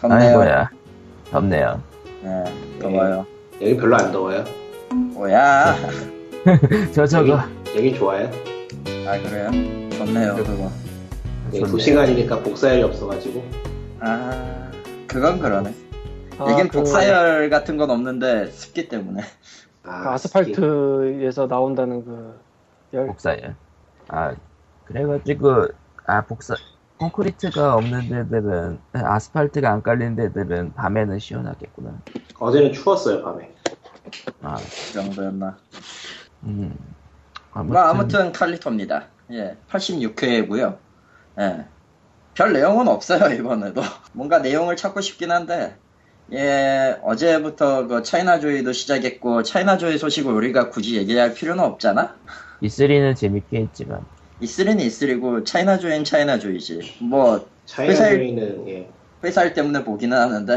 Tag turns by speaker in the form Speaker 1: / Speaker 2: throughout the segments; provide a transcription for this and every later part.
Speaker 1: 덥네요.
Speaker 2: 아이고야. 덥네요.
Speaker 1: 예, 더워요.
Speaker 3: 여기 별로 안 더워요.
Speaker 1: 뭐야?
Speaker 2: 저, 저거.
Speaker 3: 여기 좋아요.
Speaker 1: 아 그래요? 좋네요 그거.
Speaker 3: 여기
Speaker 2: 좋네요.
Speaker 3: 두 시간이니까 복사열이 없어가지고.
Speaker 1: 아 그건 그러네.
Speaker 4: 아,
Speaker 1: 이긴
Speaker 4: 그-
Speaker 1: 복사열 같은 건 없는데 습기 때문에.
Speaker 3: 아,
Speaker 4: 그 아스팔트에서 나온다는 그 열.
Speaker 2: 복사열. 아, 그래가지고, 아, 복사, 콘크리트가 없는 데들은, 아스팔트가 안 깔린 데들은 밤에는 시원하겠구나.
Speaker 3: 스키. 어제는 추웠어요 밤에.
Speaker 2: 아,
Speaker 1: 그 정도였나.
Speaker 2: 음. 아무튼,
Speaker 1: 뭐 아무튼 칼리토입니다. 예, 86회고요. 예, 별 내용은 없어요 이번에도. 뭔가 내용을 찾고 싶긴 한데. 예, 어제부터 그 차이나조이도 시작했고 차이나조이 소식을 우리가 굳이 얘기할 필요는 없잖아.
Speaker 2: E3는 재밌게 했지만,
Speaker 1: 이슬이는 이슬이고 차이나조이는 차이나조이지. 뭐 회사에-
Speaker 3: 차이나주의는 예.
Speaker 1: 회사 일 때문에 보기는 하는데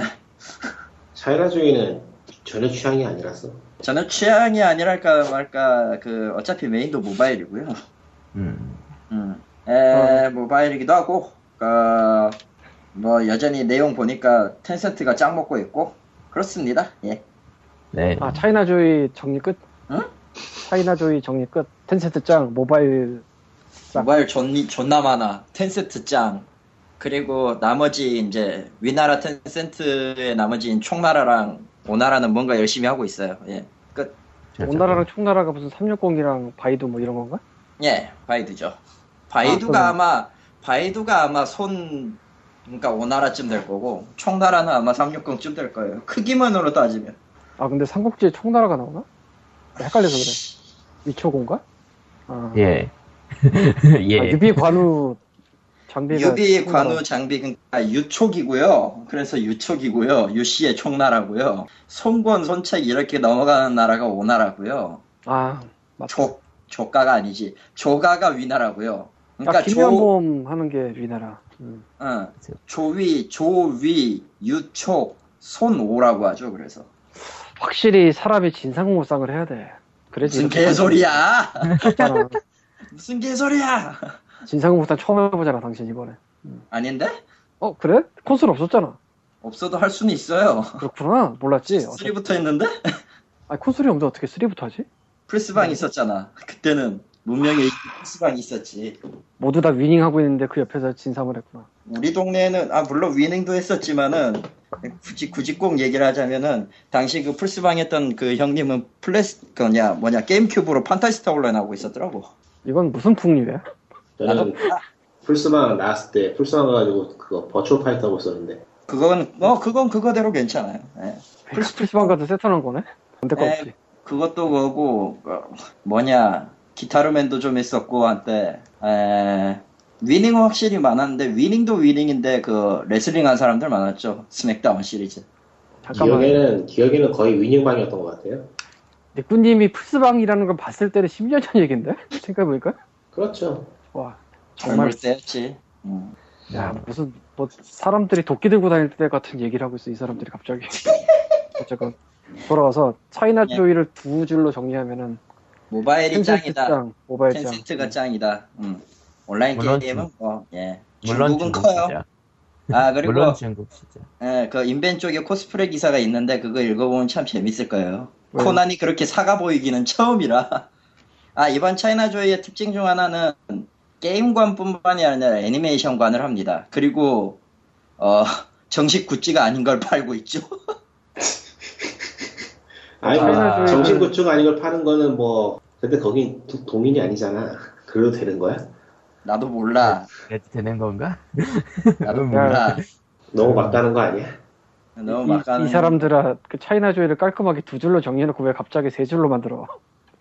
Speaker 3: 차이나주의는 전혀 취향이 아니라서.
Speaker 1: 저는 취향이 아니랄까 말까 그 어차피 메인도 모바일이고요.
Speaker 2: 음.
Speaker 1: 음. 에, 모바일이기도 하고, 어, 뭐, 여전히 내용 보니까 텐센트가 짱 먹고 있고, 그렇습니다. 예.
Speaker 2: 네.
Speaker 4: 아 차이나조이 정리 끝.
Speaker 1: 응?
Speaker 4: 차이나조이 정리 끝. 텐센트 짱 모바일 짱.
Speaker 1: 모바일 존, 존나 많아. 텐센트 짱. 그리고 나머지 이제 위나라 텐센트의 나머지인 총나라랑 오나라는 뭔가 열심히 하고 있어요. 예. 끝.
Speaker 2: 저, 저,
Speaker 4: 온나라랑 총나라가 무슨 360이랑 바이두 뭐 이런 건가?
Speaker 1: 예. 바이두죠. 바이두가
Speaker 4: 아,
Speaker 1: 아, 마 바이두가 아마 손, 그러니까 오나라쯤 될 거고, 총나라는 아마 360쯤 될 거예요. 크기만으로 따지면.
Speaker 4: 아 근데 삼국지에 총나라가 나오나? 헷갈려서 그래. 위초고인가? 아,
Speaker 2: 예. 예.
Speaker 4: 아, 유비 관우 장비가
Speaker 1: 유비
Speaker 4: 총나라.
Speaker 1: 관우 장비는 아, 유촉이고요. 그래서 유촉이고요. 유씨의 총나라고요. 송권 손책 이렇게 넘어가는 나라가 오나라고요.
Speaker 4: 아 맞다.
Speaker 1: 족 조가가 아니지. 조가가 위나라고요.
Speaker 4: 아,
Speaker 1: 그러니까 조,
Speaker 4: 김연범 하는 게 위나라. 음.
Speaker 1: 응, 조위, 조위, 유촉, 손오라고 하죠. 그래서
Speaker 4: 확실히 사람이 진상공무상을 해야 돼. 그래야지
Speaker 1: 무슨
Speaker 4: 이렇게
Speaker 1: 개소리야?
Speaker 4: 살잖아.
Speaker 1: 무슨 개소리야?
Speaker 4: 진상공무상 처음 해보잖아 당신 이번에.
Speaker 1: 아닌데?
Speaker 4: 어 그래? 콘솔 없었잖아.
Speaker 1: 없어도 할 수는 있어요.
Speaker 4: 그렇구나 몰랐지. 어,
Speaker 1: 3부터 했는데
Speaker 4: 아 콘솔이 없는데 어떻게 3부터 하지?
Speaker 1: 플스방 있었잖아. 그때는 문명의 플스방 있었지.
Speaker 4: 모두 다 위닝하고 있는데 그 옆에서 진상을 했구나.
Speaker 1: 우리 동네에는 아 물론 위닝도 했었지만은 굳이 굳이 꼭 얘기를 하자면은 당시 그 플스방 했던 그 형님은 플래스 거냐 뭐냐 게임큐브로 판타스타 온라인하고 있었더라고.
Speaker 4: 이건 무슨 풍류야?
Speaker 3: 저는 풀스방 나왔을 때 풀스방 가가지고 그거 버추얼 파이터 하고 있었는데
Speaker 1: 그건 어 그건 그거대로 괜찮아요. 예.
Speaker 4: 플스 플스방 가도 세트한 거네. 안될 거
Speaker 1: 네.
Speaker 4: 없지.
Speaker 1: 그것도 그거고 어, 뭐냐 기타르맨도 좀 있었고 한때 에, 위닝은 확실히 많았는데 위닝도 위닝인데 그 레슬링 한 사람들 많았죠 스맥다운 시리즈.
Speaker 4: 잠깐만.
Speaker 3: 기억에는 기억에는 거의 위닝방이었던 것 같아요.
Speaker 4: 니꾸님이 플스방이라는 걸 봤을 때는 10년 전 얘긴데 생각해보니까
Speaker 3: 그렇죠.
Speaker 4: 와 정말
Speaker 1: 정말 세였지. 음.
Speaker 4: 야 무슨 뭐 사람들이 도끼 들고 다닐 때 같은 얘기를 하고 있어 이 사람들이 갑자기 어쨌건 돌아와서 차이나
Speaker 1: 예.
Speaker 4: 조이를 두 줄로 정리하면은
Speaker 1: 모바일이
Speaker 4: 텐센트
Speaker 1: 짱이다.
Speaker 4: 짱, 모바일 짱
Speaker 1: 텐센트가 짱이다. 음. 온라인
Speaker 2: 물론
Speaker 1: 게임은 뭐, 예.
Speaker 2: 물론
Speaker 1: 중국은
Speaker 2: 중국
Speaker 1: 커요.
Speaker 2: 시장.
Speaker 1: 아, 그리고,
Speaker 2: 물론 중국 시장.
Speaker 1: 예, 그 인벤 쪽에 코스프레 기사가 있는데 그거 읽어보면 참 재밌을 거예요.
Speaker 4: 왜요?
Speaker 1: 코난이 그렇게 사가 보이기는 처음이라. 아, 이번 차이나조이의 특징 중 하나는 게임관뿐만이 아니라 애니메이션관을 합니다. 그리고, 어, 정식 굿즈가 아닌 걸 팔고 있죠.
Speaker 3: 아니
Speaker 2: 아.
Speaker 3: 뭐 정신 구축 아닌 걸 파는 거는 뭐 근데 거긴 두- 동인이 아니잖아. 그래도 되는 거야?
Speaker 1: 나도 몰라.
Speaker 2: 그래도 되는 건가?
Speaker 1: 나도
Speaker 4: 음.
Speaker 1: 몰라.
Speaker 3: 너무 막다는 거 아니야?
Speaker 1: 너무
Speaker 4: 이- 이,
Speaker 1: 어, 막가는.
Speaker 4: 사람들아 그 차이나 조이를 깔끔하게 두 줄로 정리해놓고 왜 갑자기 세 줄로 만들어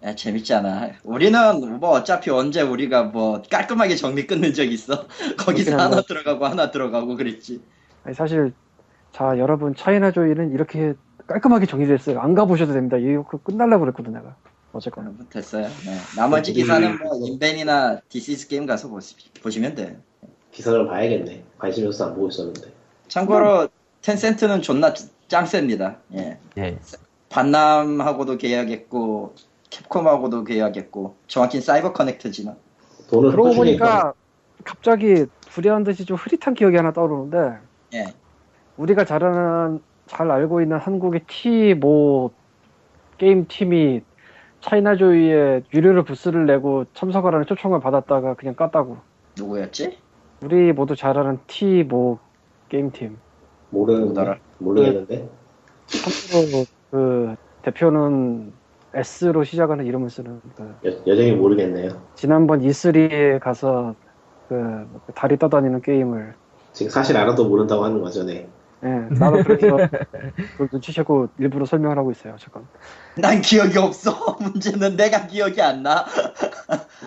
Speaker 1: 야, 재밌잖아. 우리는 뭐 어차피 언제 우리가 뭐 깔끔하게 정리 끊는 적 있어. 거기서
Speaker 4: 그렇긴
Speaker 1: 하나
Speaker 4: 한데.
Speaker 1: 들어가고 하나 들어가고 그랬지.
Speaker 4: 아니, 사실 자 여러분 차이나 조이는 이렇게 깔끔하게 정리됐어요 안 가보셔도 됩니다 이거 끝날라 그랬거든 내가 어쨌건
Speaker 1: 여러분, 됐어요. 네. 나머지 기사는 뭐 인벤이나 디시스 게임 가서 보시, 보시면 돼. 요
Speaker 3: 기사를 봐야겠네. 관심 있어서 안 보고 있었는데.
Speaker 1: 참고로 텐센트는 존나 짱셉니다. 예.
Speaker 2: 예.
Speaker 1: 반남하고도 계약했고 캡콤하고도 계약했고 정확히 사이버 커넥트지만
Speaker 3: 돈을
Speaker 4: 그러고
Speaker 3: 꾸준히
Speaker 4: 보니까 갑자기 불현듯이 좀 흐릿한 기억이 하나 떠오르는데
Speaker 1: 예.
Speaker 4: 우리가 잘 아는 잘 알고 있는 한국의 티뭐 게임 팀이 차이나조이에 유료로 부스를 내고 참석하라는 초청을 받았다가 그냥 깠다고.
Speaker 1: 누구였지?
Speaker 4: 우리 모두 잘 아는 티뭐 게임 팀.
Speaker 3: 모르는데.
Speaker 1: 누구더라?
Speaker 3: 모르겠는데.
Speaker 4: 참고로 그 대표는 S로 시작하는 이름을 쓰는 그
Speaker 3: 예, 여, 여전히 모르겠네요.
Speaker 4: 지난번 E E3에 가서 그 다리 떠다니는 게임을
Speaker 3: 지금 사실 알아도 모른다고 하는 거죠, 네.
Speaker 4: 예, 나도 그래서 그걸 눈치채고 일부러 설명을 하고 있어요. 잠깐
Speaker 1: 난 기억이 없어. 문제는 내가 기억이 안 나.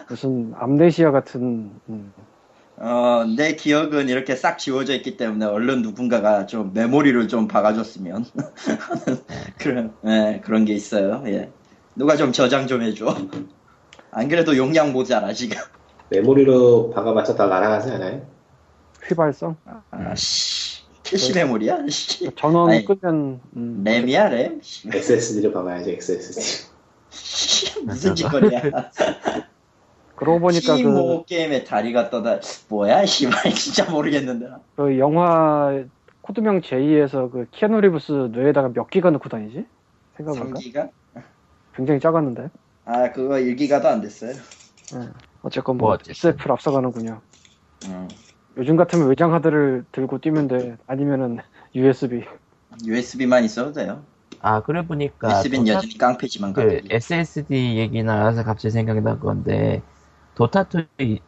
Speaker 4: 무슨 암네시아 같은 음,
Speaker 1: 어, 내 기억은 이렇게 싹 지워져 있기 때문에 얼른 누군가가 좀 메모리를 좀 박아줬으면 하는 그런 예, 그런 게 있어요. 예. 누가 좀 저장 좀 해줘. 안 그래도 용량 모자라 지금.
Speaker 3: 메모리로 박아봤자 다 날아가지 않아요?
Speaker 4: 휘발성 음.
Speaker 1: 아씨, 캐시 메모리야. 씨.
Speaker 4: 전원
Speaker 1: 예. 아니. 네.
Speaker 4: 끄면 음,
Speaker 1: 램이야 램. 씨,
Speaker 2: 네.
Speaker 3: SSD로 박아야지, SSD.
Speaker 1: 씨, 무슨 짓거리야.
Speaker 4: 그러고 아, 보니까 그,
Speaker 1: 시모 게임의 다리가 떠다 뭐야 씨발 진짜 모르겠는데.
Speaker 4: 그 영화 코드명 제2에서 그 키아누 리브스 뇌에다가 몇 기가 넣고 다니지? 생각해보니까
Speaker 1: 3기가?
Speaker 4: 굉장히 작았는데
Speaker 1: 아 그거 1기가도 안 됐어요.
Speaker 4: 어쨌건 뭐
Speaker 2: 뭐 어쨌든.
Speaker 4: SF를 앞서가는군요.
Speaker 1: 음.
Speaker 4: 요즘 같으면 외장 하드를 들고 뛰면 돼. 아니면은 USB.
Speaker 1: USB만 있어도 돼요.
Speaker 2: 아, 그래 보니까.
Speaker 1: USB는
Speaker 2: 도타-
Speaker 1: 여전히 깡패지만
Speaker 4: 네.
Speaker 2: 그
Speaker 1: 가격이.
Speaker 2: SSD 얘기 나와서 갑자기 생각이 난 건데, 도타2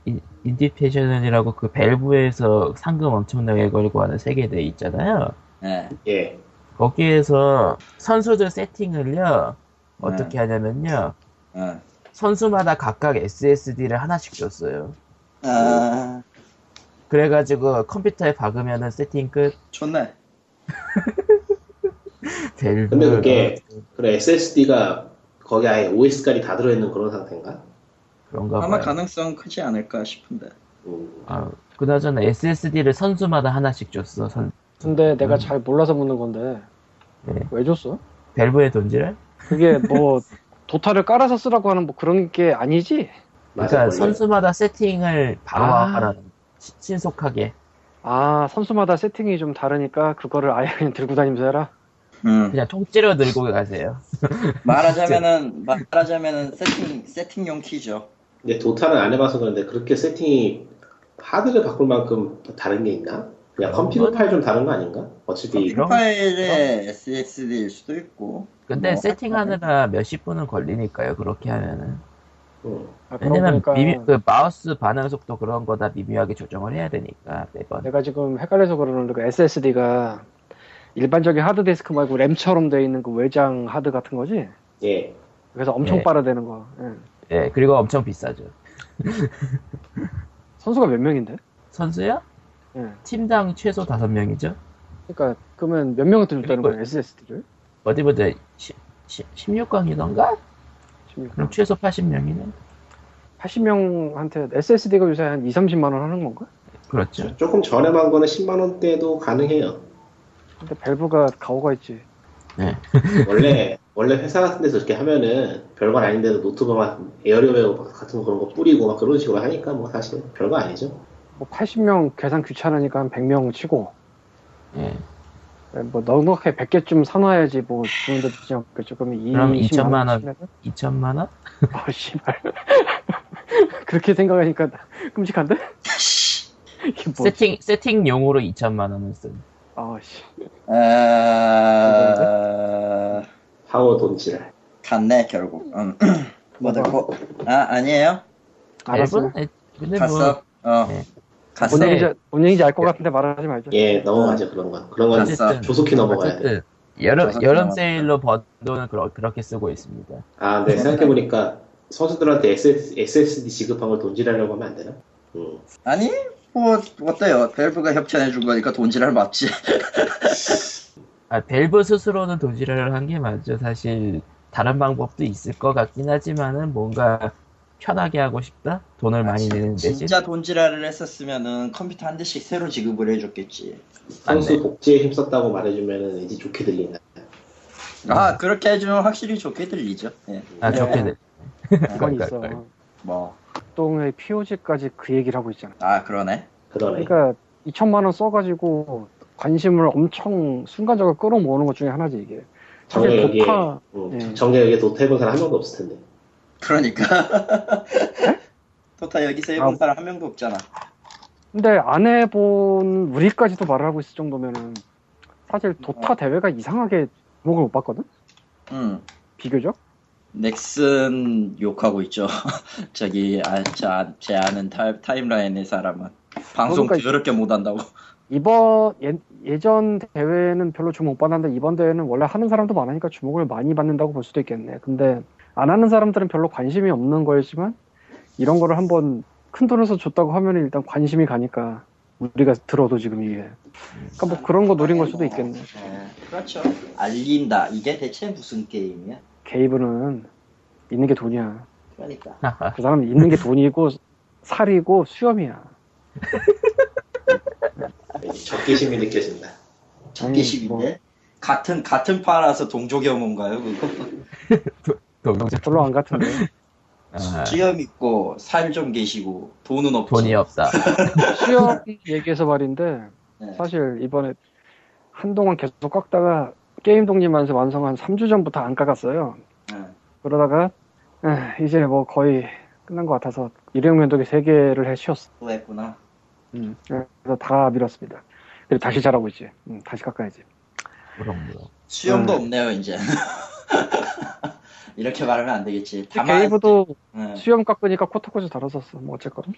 Speaker 2: 인디페셔널이라고 그 벨브에서 상금 엄청나게 걸고 하는 세계대회 있잖아요.
Speaker 1: 네.
Speaker 3: 예.
Speaker 2: 거기에서 선수들 세팅을요, 어떻게 하냐면요,
Speaker 1: 어.
Speaker 2: 선수마다 각각 SSD를 하나씩 줬어요.
Speaker 1: 아,
Speaker 2: 그래가지고 컴퓨터에 박으면은 세팅 끝,
Speaker 1: 좋네.
Speaker 2: 벨브.
Speaker 3: 근데 그게,
Speaker 2: 네.
Speaker 3: 그래, SSD가 거기 아예 OS까지 다 들어있는 그런 상태인가?
Speaker 2: 그런가
Speaker 1: 아마
Speaker 2: 봐요.
Speaker 1: 가능성 크지 않을까 싶은데.
Speaker 3: 음.
Speaker 2: 아, 그나저나 SSD를 선수마다 하나씩 줬어. 선,
Speaker 4: 근데 내가
Speaker 2: 음.
Speaker 4: 잘 몰라서 묻는 건데
Speaker 2: 네.
Speaker 4: 왜 줬어?
Speaker 2: 벨브의 돈지를?
Speaker 4: 그게 뭐 도타를 깔아서 쓰라고 하는 뭐 그런 게 아니지?
Speaker 3: 맞아,
Speaker 2: 그러니까
Speaker 3: 원래.
Speaker 2: 선수마다 세팅을 바로
Speaker 4: 아.
Speaker 2: 하라는 시- 신속하게.
Speaker 4: 아 선수마다 세팅이 좀 다르니까 그거를 아예 그냥 들고 다니면서 해라.
Speaker 1: 음.
Speaker 2: 그냥 통째로 들고 가세요.
Speaker 1: 말하자면은 말하자면은 세팅 세팅용 키죠.
Speaker 3: 근데 도타는 안 해봐서 그런데 그렇게 세팅이 하드를 바꿀 만큼 다른 게 있나? 그냥 컴피그 파일 좀 다른 거 아닌가? 어차피
Speaker 2: 음, 그럼.
Speaker 1: 파일에 SSD일 수도 있고.
Speaker 2: 근데
Speaker 4: 어,
Speaker 1: 뭐,
Speaker 2: 세팅하느라 몇십 분은 걸리니까요. 그렇게 하면은.
Speaker 3: 음.
Speaker 4: 아, 어, 그러고
Speaker 2: 왜냐면
Speaker 4: 보니까
Speaker 2: 미미- 그 마우스 반응 속도 그런 거다 미묘하게 조정을 해야 되니까 매번.
Speaker 4: 내가 지금 헷갈려서 그러는데 그 SSD가 일반적인 하드디스크 말고 램처럼 돼 있는 그 외장 하드 같은 거지?
Speaker 3: 예.
Speaker 4: 그래서 엄청
Speaker 2: 네.
Speaker 4: 빨아대는 거. 예.
Speaker 2: 예, 그리고 엄청 비싸죠.
Speaker 4: 선수가 몇 명인데?
Speaker 2: 선수야?
Speaker 4: 예.
Speaker 2: 팀당 최소 다섯 명이죠.
Speaker 4: 그러니까 그러면 몇 명한테 줬다는
Speaker 2: 그리고-
Speaker 4: 거야 SSD를?
Speaker 2: 어디 보자. 16강이던가? 그럼
Speaker 4: 16강.
Speaker 2: 최소 80명이네.
Speaker 4: 80명한테 SSD가 요새 한 2, 30만 원 하는 건가?
Speaker 2: 그렇죠.
Speaker 3: 조금 저렴한 거는 10만 원대도 가능해요.
Speaker 4: 근데 밸브가 가오가 있지.
Speaker 3: 원래 원래 회사 같은 데서 이렇게 하면은 별거 아닌데도 노트북 막 에어리어웨어 막 같은 거 그런 거 뿌리고 막 그런 식으로 하니까 뭐 사실 별거 아니죠.
Speaker 4: 뭐 80명 계산 귀찮으니까 한 100명 치고 네.
Speaker 2: 예.
Speaker 4: 뭐 넉넉하게 100개쯤 사놔야지 뭐 그런데 그냥 그 조금 이
Speaker 2: 그럼
Speaker 4: 20만
Speaker 2: 2천만 원.
Speaker 4: 치면은?
Speaker 2: 2천만 원?
Speaker 4: 아 씨발. 그렇게 생각하니까 끔찍한데? 이게 뭐?
Speaker 2: 세팅 세팅용으로 2천만 원을 쓴.
Speaker 4: 아 씨.
Speaker 1: 아,
Speaker 3: 파워 돈지랄.
Speaker 1: 갔네 결국. 음. 뭐 듣고 아 아니에요?
Speaker 4: 알았어.
Speaker 2: 앨범? 근데 뭐
Speaker 1: 갔어. 어.
Speaker 2: 네.
Speaker 1: 갔어.
Speaker 4: 뭔
Speaker 2: 근데-
Speaker 4: 얘기인지, 뭔 얘기인지 알 것 같은데 말하지 말자.
Speaker 3: 예, 넘어가죠 그런 건. 그런 건
Speaker 1: 갔어.
Speaker 2: 어쨌든
Speaker 3: 조속히 넘어가야 돼.
Speaker 2: 어쨌든 여름
Speaker 1: 다섯
Speaker 2: 여름
Speaker 1: 명
Speaker 2: 세일로 번 돈은 그러, 그렇게 쓰고 있습니다.
Speaker 3: 아, 네 생각해 보니까 선수들한테 SS, SSD 지급한 걸 돈지랄이라고 하면 안 되나? 음.
Speaker 1: 아니 뭐 어때요? 벨브가 협찬해 준 거니까 돈지랄 맞지.
Speaker 2: 아, 벨브 스스로는 도지랄을 한 게 맞죠. 사실 다른 방법도 있을 것 같긴 하지만은 뭔가 편하게 하고 싶다. 돈을
Speaker 3: 아,
Speaker 2: 많이 내는 대신.
Speaker 1: 아, 진짜 돈지랄을 했었으면은 컴퓨터 한 대씩 새로 지급을 해줬겠지.
Speaker 3: 선수
Speaker 2: 맞네.
Speaker 3: 복지에 힘썼다고 말해주면은 이제 좋게 들리나.
Speaker 1: 아 그렇게 해주면 확실히 좋게 들리죠. 예.
Speaker 2: 아
Speaker 3: 네.
Speaker 2: 좋게
Speaker 4: 예.
Speaker 2: 돼.
Speaker 4: 그건
Speaker 2: 그러니까,
Speaker 4: 있어.
Speaker 2: 그러니까.
Speaker 1: 뭐.
Speaker 4: 동의 POG까지 그 얘기를 하고 있잖아.
Speaker 1: 아 그러네.
Speaker 3: 그러네.
Speaker 4: 그러니까 2천만 원 그러니까 써가지고 관심을 엄청 순간적으로 끌어모으는 것 중에 하나지 이게.
Speaker 3: 정의
Speaker 4: 사실
Speaker 3: 여기에
Speaker 4: 독파
Speaker 3: 음,
Speaker 4: 예.
Speaker 3: 정의 여기에 도타 해본 사람 한 명도 없을 텐데.
Speaker 1: 그러니까. 토타 여기서 해본
Speaker 4: 아.
Speaker 1: 사람 한 명도 없잖아.
Speaker 4: 근데 안 해본 우리까지도 말을 하고 있을 정도면은 사실 도타 대회가 이상하게 주목을 못 받거든?
Speaker 1: 음.
Speaker 4: 비교적?
Speaker 1: 넥슨 욕하고 있죠. 저기 아, 저, 아- 제 아는 타, 타임라인의 사람은 방송
Speaker 4: 그러니까
Speaker 1: 더럽게 못한다고.
Speaker 4: 이번 예, 전 대회는 별로 주목 못 받았는데 이번 대회는 원래 하는 사람도 많으니까 주목을 많이 받는다고 볼 수도 있겠네. 근데 안 하는 사람들은 별로 관심이 없는 거지만 이런 거를 한번 큰 돈에서 줬다고 하면 일단 관심이 가니까 우리가 들어도 지금 이게. 그러니까 뭐 그런 거 노린 걸 수도 있겠네.
Speaker 1: 예, 그렇죠. 알린다. 이게 대체 무슨 게임이야?
Speaker 4: 게이브는 있는 게 돈이야.
Speaker 1: 그러니까.
Speaker 4: 그 사람 있는 게 돈이고 살이고 수염이야.
Speaker 3: 왠지 적개심이 느껴진다.
Speaker 2: 네,
Speaker 1: 적개심인데
Speaker 2: 뭐.
Speaker 1: 같은 같은 파라서 동족이 뭔가요? 그거
Speaker 2: 동영상
Speaker 4: 별로 안 같은데.
Speaker 2: 아,
Speaker 1: 수염 있고 살 좀 계시고 돈은 없죠.
Speaker 2: 돈이 없다.
Speaker 4: 수염 얘기해서 말인데
Speaker 1: 네.
Speaker 4: 사실 이번에 한동안 계속 깎다가 게임 독립만세 완성한 3주 전부터 안 깎았어요.
Speaker 1: 예.
Speaker 4: 그러다가 에, 이제 뭐 거의 끝난 것 같아서 일회용 면도기 3개를 해치웠어.
Speaker 1: 또 했구나.
Speaker 4: 음. 그래서 다 밀었습니다. 그리고 다시 자라고 있지. 음, 다시 깎아야지.
Speaker 2: 그럼요.
Speaker 1: 수염도
Speaker 4: 음.
Speaker 1: 없네요 이제. 이렇게 말하면 안 되겠지. 다만
Speaker 4: 게이브도
Speaker 1: 예.
Speaker 4: 수염 깎으니까 코트코트 달았었어.
Speaker 1: 아,
Speaker 4: 뭐 어쨌건.
Speaker 1: 네.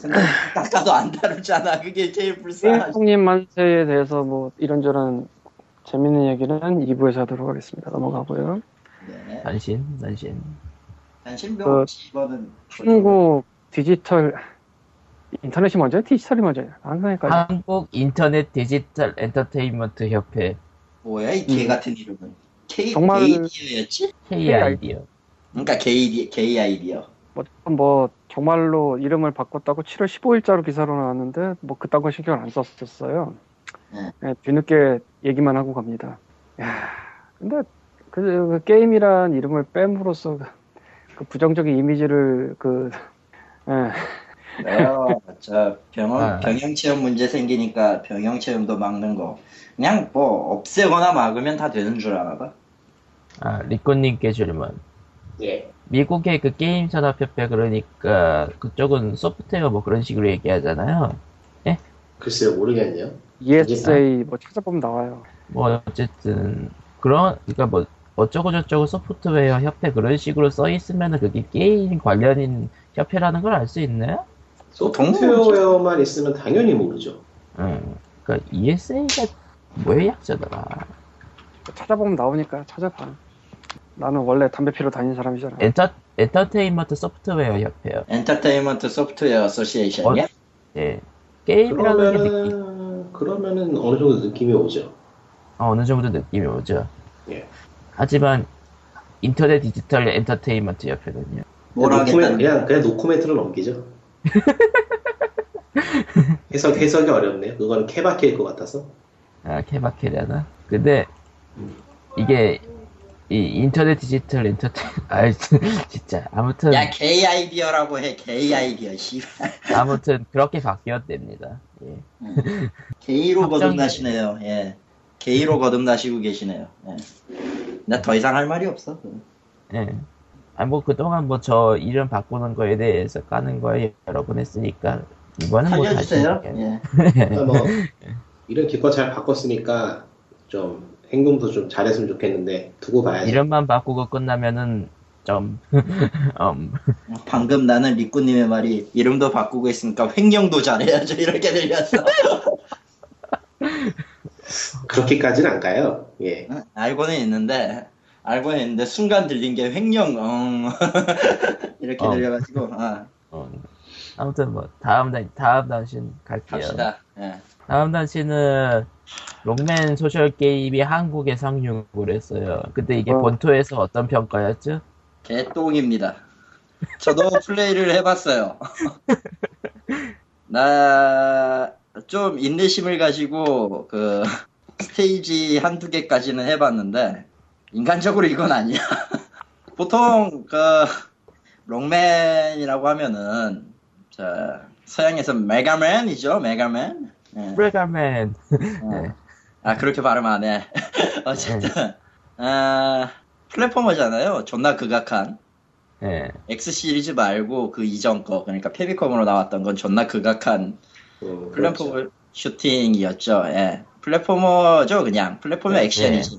Speaker 1: 근데 깎아도 안 다르잖아. 그게 제일 불쌍하지.
Speaker 4: 게임독립 만세에 대해서 뭐 이런저런 재밌는 얘기는 2부에서 하도록 하겠습니다. 넘어가고요.
Speaker 1: 네.
Speaker 2: 단신, 단신.
Speaker 4: 그
Speaker 1: 단신병 없이 이거는
Speaker 4: 한국 디지털 인터넷이 먼저야? 디지털이 먼저야? 항상 헷갈려.
Speaker 2: 한국 인터넷 디지털 엔터테인먼트 협회
Speaker 1: 뭐야 이 개 같은 이름은 K
Speaker 4: 음. 정말-
Speaker 1: 게이디어였지?
Speaker 2: KID요.
Speaker 1: 그러니까 게이디 게이 아이디어.
Speaker 4: 뭐, 뭐 정말로 이름을 바꿨다고 7월 15일자로 기사로 나왔는데 뭐 그딴 건 신경 안 썼었어요.
Speaker 1: 네.
Speaker 4: 예, 뒤늦게 얘기만 하고 갑니다. 야, 근데 그, 그 게임이란 이름을 뺨으로써 그- 그 부정적인 이미지를 그 예,
Speaker 1: 어, 저 병원
Speaker 2: 아.
Speaker 1: 병영 체험 문제 생기니까 병영 체험도 막는 거 그냥 뭐 없애거나 막으면 다 되는 줄 아나 봐.
Speaker 2: 아, 리코님께 질문.
Speaker 3: 예.
Speaker 2: 미국의 그 게임 산업협회 그러니까 그쪽은 소프트웨어 뭐 그런 식으로 얘기하잖아요.
Speaker 3: 글쎄요 모르겠네요.
Speaker 4: ESA 뭐 찾아보면 나와요.
Speaker 2: 뭐 어쨌든 그런 그러니까 뭐 어쩌고 저쩌고 소프트웨어 협회 그런 식으로 써 있으면은 그게 게임 관련인 협회라는 걸 알 수 있나요?
Speaker 3: 소프트웨어만 있으면 당연히 모르죠.
Speaker 2: 응. 그러니까 ESA가 뭐의 약자더라.
Speaker 4: 찾아보면 나오니까 찾아봐. 나는 원래 담배 피러 다니는 사람이잖아.
Speaker 1: 예.
Speaker 2: 엔터 엔터테인먼트 소프트웨어 협회요.
Speaker 1: 엔터테인먼트 소프트웨어 어소시에이션이야?
Speaker 2: 예. 게임이라는 게 느낌,
Speaker 3: 그러면은 그러면은 어느 정도 느낌이 오죠.
Speaker 2: 어, 어느 정도 느낌이 오죠.
Speaker 3: 예.
Speaker 2: 하지만 인터넷 디지털 엔터테인먼트 협회는요.
Speaker 1: 뭐라
Speaker 3: 노코멘-
Speaker 1: 하겠다는
Speaker 3: 그냥 그냥 노코멘트로 넘기죠. 해석 해석이 어렵네요. 그거는 케바케일 것 같아서.
Speaker 2: 아, 케바케라나? 근데, 이게, 이 인터넷 디지털 엔터테인, 아, 진짜. 아무튼,
Speaker 1: 야 그- 게이 아이디어라고 해 게이 아이디어 씨발.
Speaker 2: 아무튼, 그렇게 바뀌었답니다. 예.
Speaker 1: 게이로
Speaker 2: 확정이-
Speaker 1: 거듭나시네요. 예. 게이로 거듭나시고 계시네요. 예. 나 더 이상 할 말이 없어.
Speaker 2: 예. 아, 뭐, 그동안 뭐, 저 이름 바꾸는 거에 대해서 까는 거에 여러 번 했으니까, 이번엔 뭐, 다시.
Speaker 1: 살려주세요.
Speaker 2: 할게요.
Speaker 1: 예.
Speaker 2: 네.
Speaker 3: 그러니까 뭐 이런 기껏 잘 바꿨으니까 좀 행동도 좀 잘했으면 좋겠는데 두고 봐야죠.
Speaker 2: 이름만 바꾸고 끝나면은, 좀, 음,
Speaker 1: 방금 나는 리꾸님의 말이 이름도 바꾸고 있으니까 횡령도 잘해야죠. 이렇게 들렸어.
Speaker 3: 그렇게까지는 안 가요. 예.
Speaker 1: 응, 알고는 있는데 알고는 있는데 순간 들린 게 횡령 엉 이렇게
Speaker 2: 어.
Speaker 1: 들려가지고 아,
Speaker 2: 어. 아무튼 뭐, 다음, 단- 다음 단신 갈게요.
Speaker 1: 갑시다. 예.
Speaker 2: 다음 단신은 롱맨 소셜 게임이 한국에 상륙을 했어요. 근데 이게
Speaker 4: 어.
Speaker 2: 본토에서 어떤 평가였죠?
Speaker 1: 개똥입니다. 저도 플레이를 해봤어요. 나 좀 인내심을 가지고 그 스테이지 한두 개까지는 해봤는데 인간적으로 이건 아니야. 보통 그 롱맨이라고 하면은 저 서양에서 메가맨이죠, 메가맨. 예.
Speaker 2: 프레가맨
Speaker 1: 어. 아 그렇게 발음 안 해. 어쨌든 아, 플랫포머잖아요. 존나 극악한
Speaker 2: 예.
Speaker 1: X 시리즈 말고 그 이전 거 그러니까 페비컴으로 나왔던 건 존나 극악한
Speaker 3: 음,
Speaker 1: 플랫포머
Speaker 3: 그렇죠.
Speaker 1: 슈팅이었죠. 예. 플랫포머죠 그냥 플랫포머
Speaker 2: 네,
Speaker 1: 액션이지.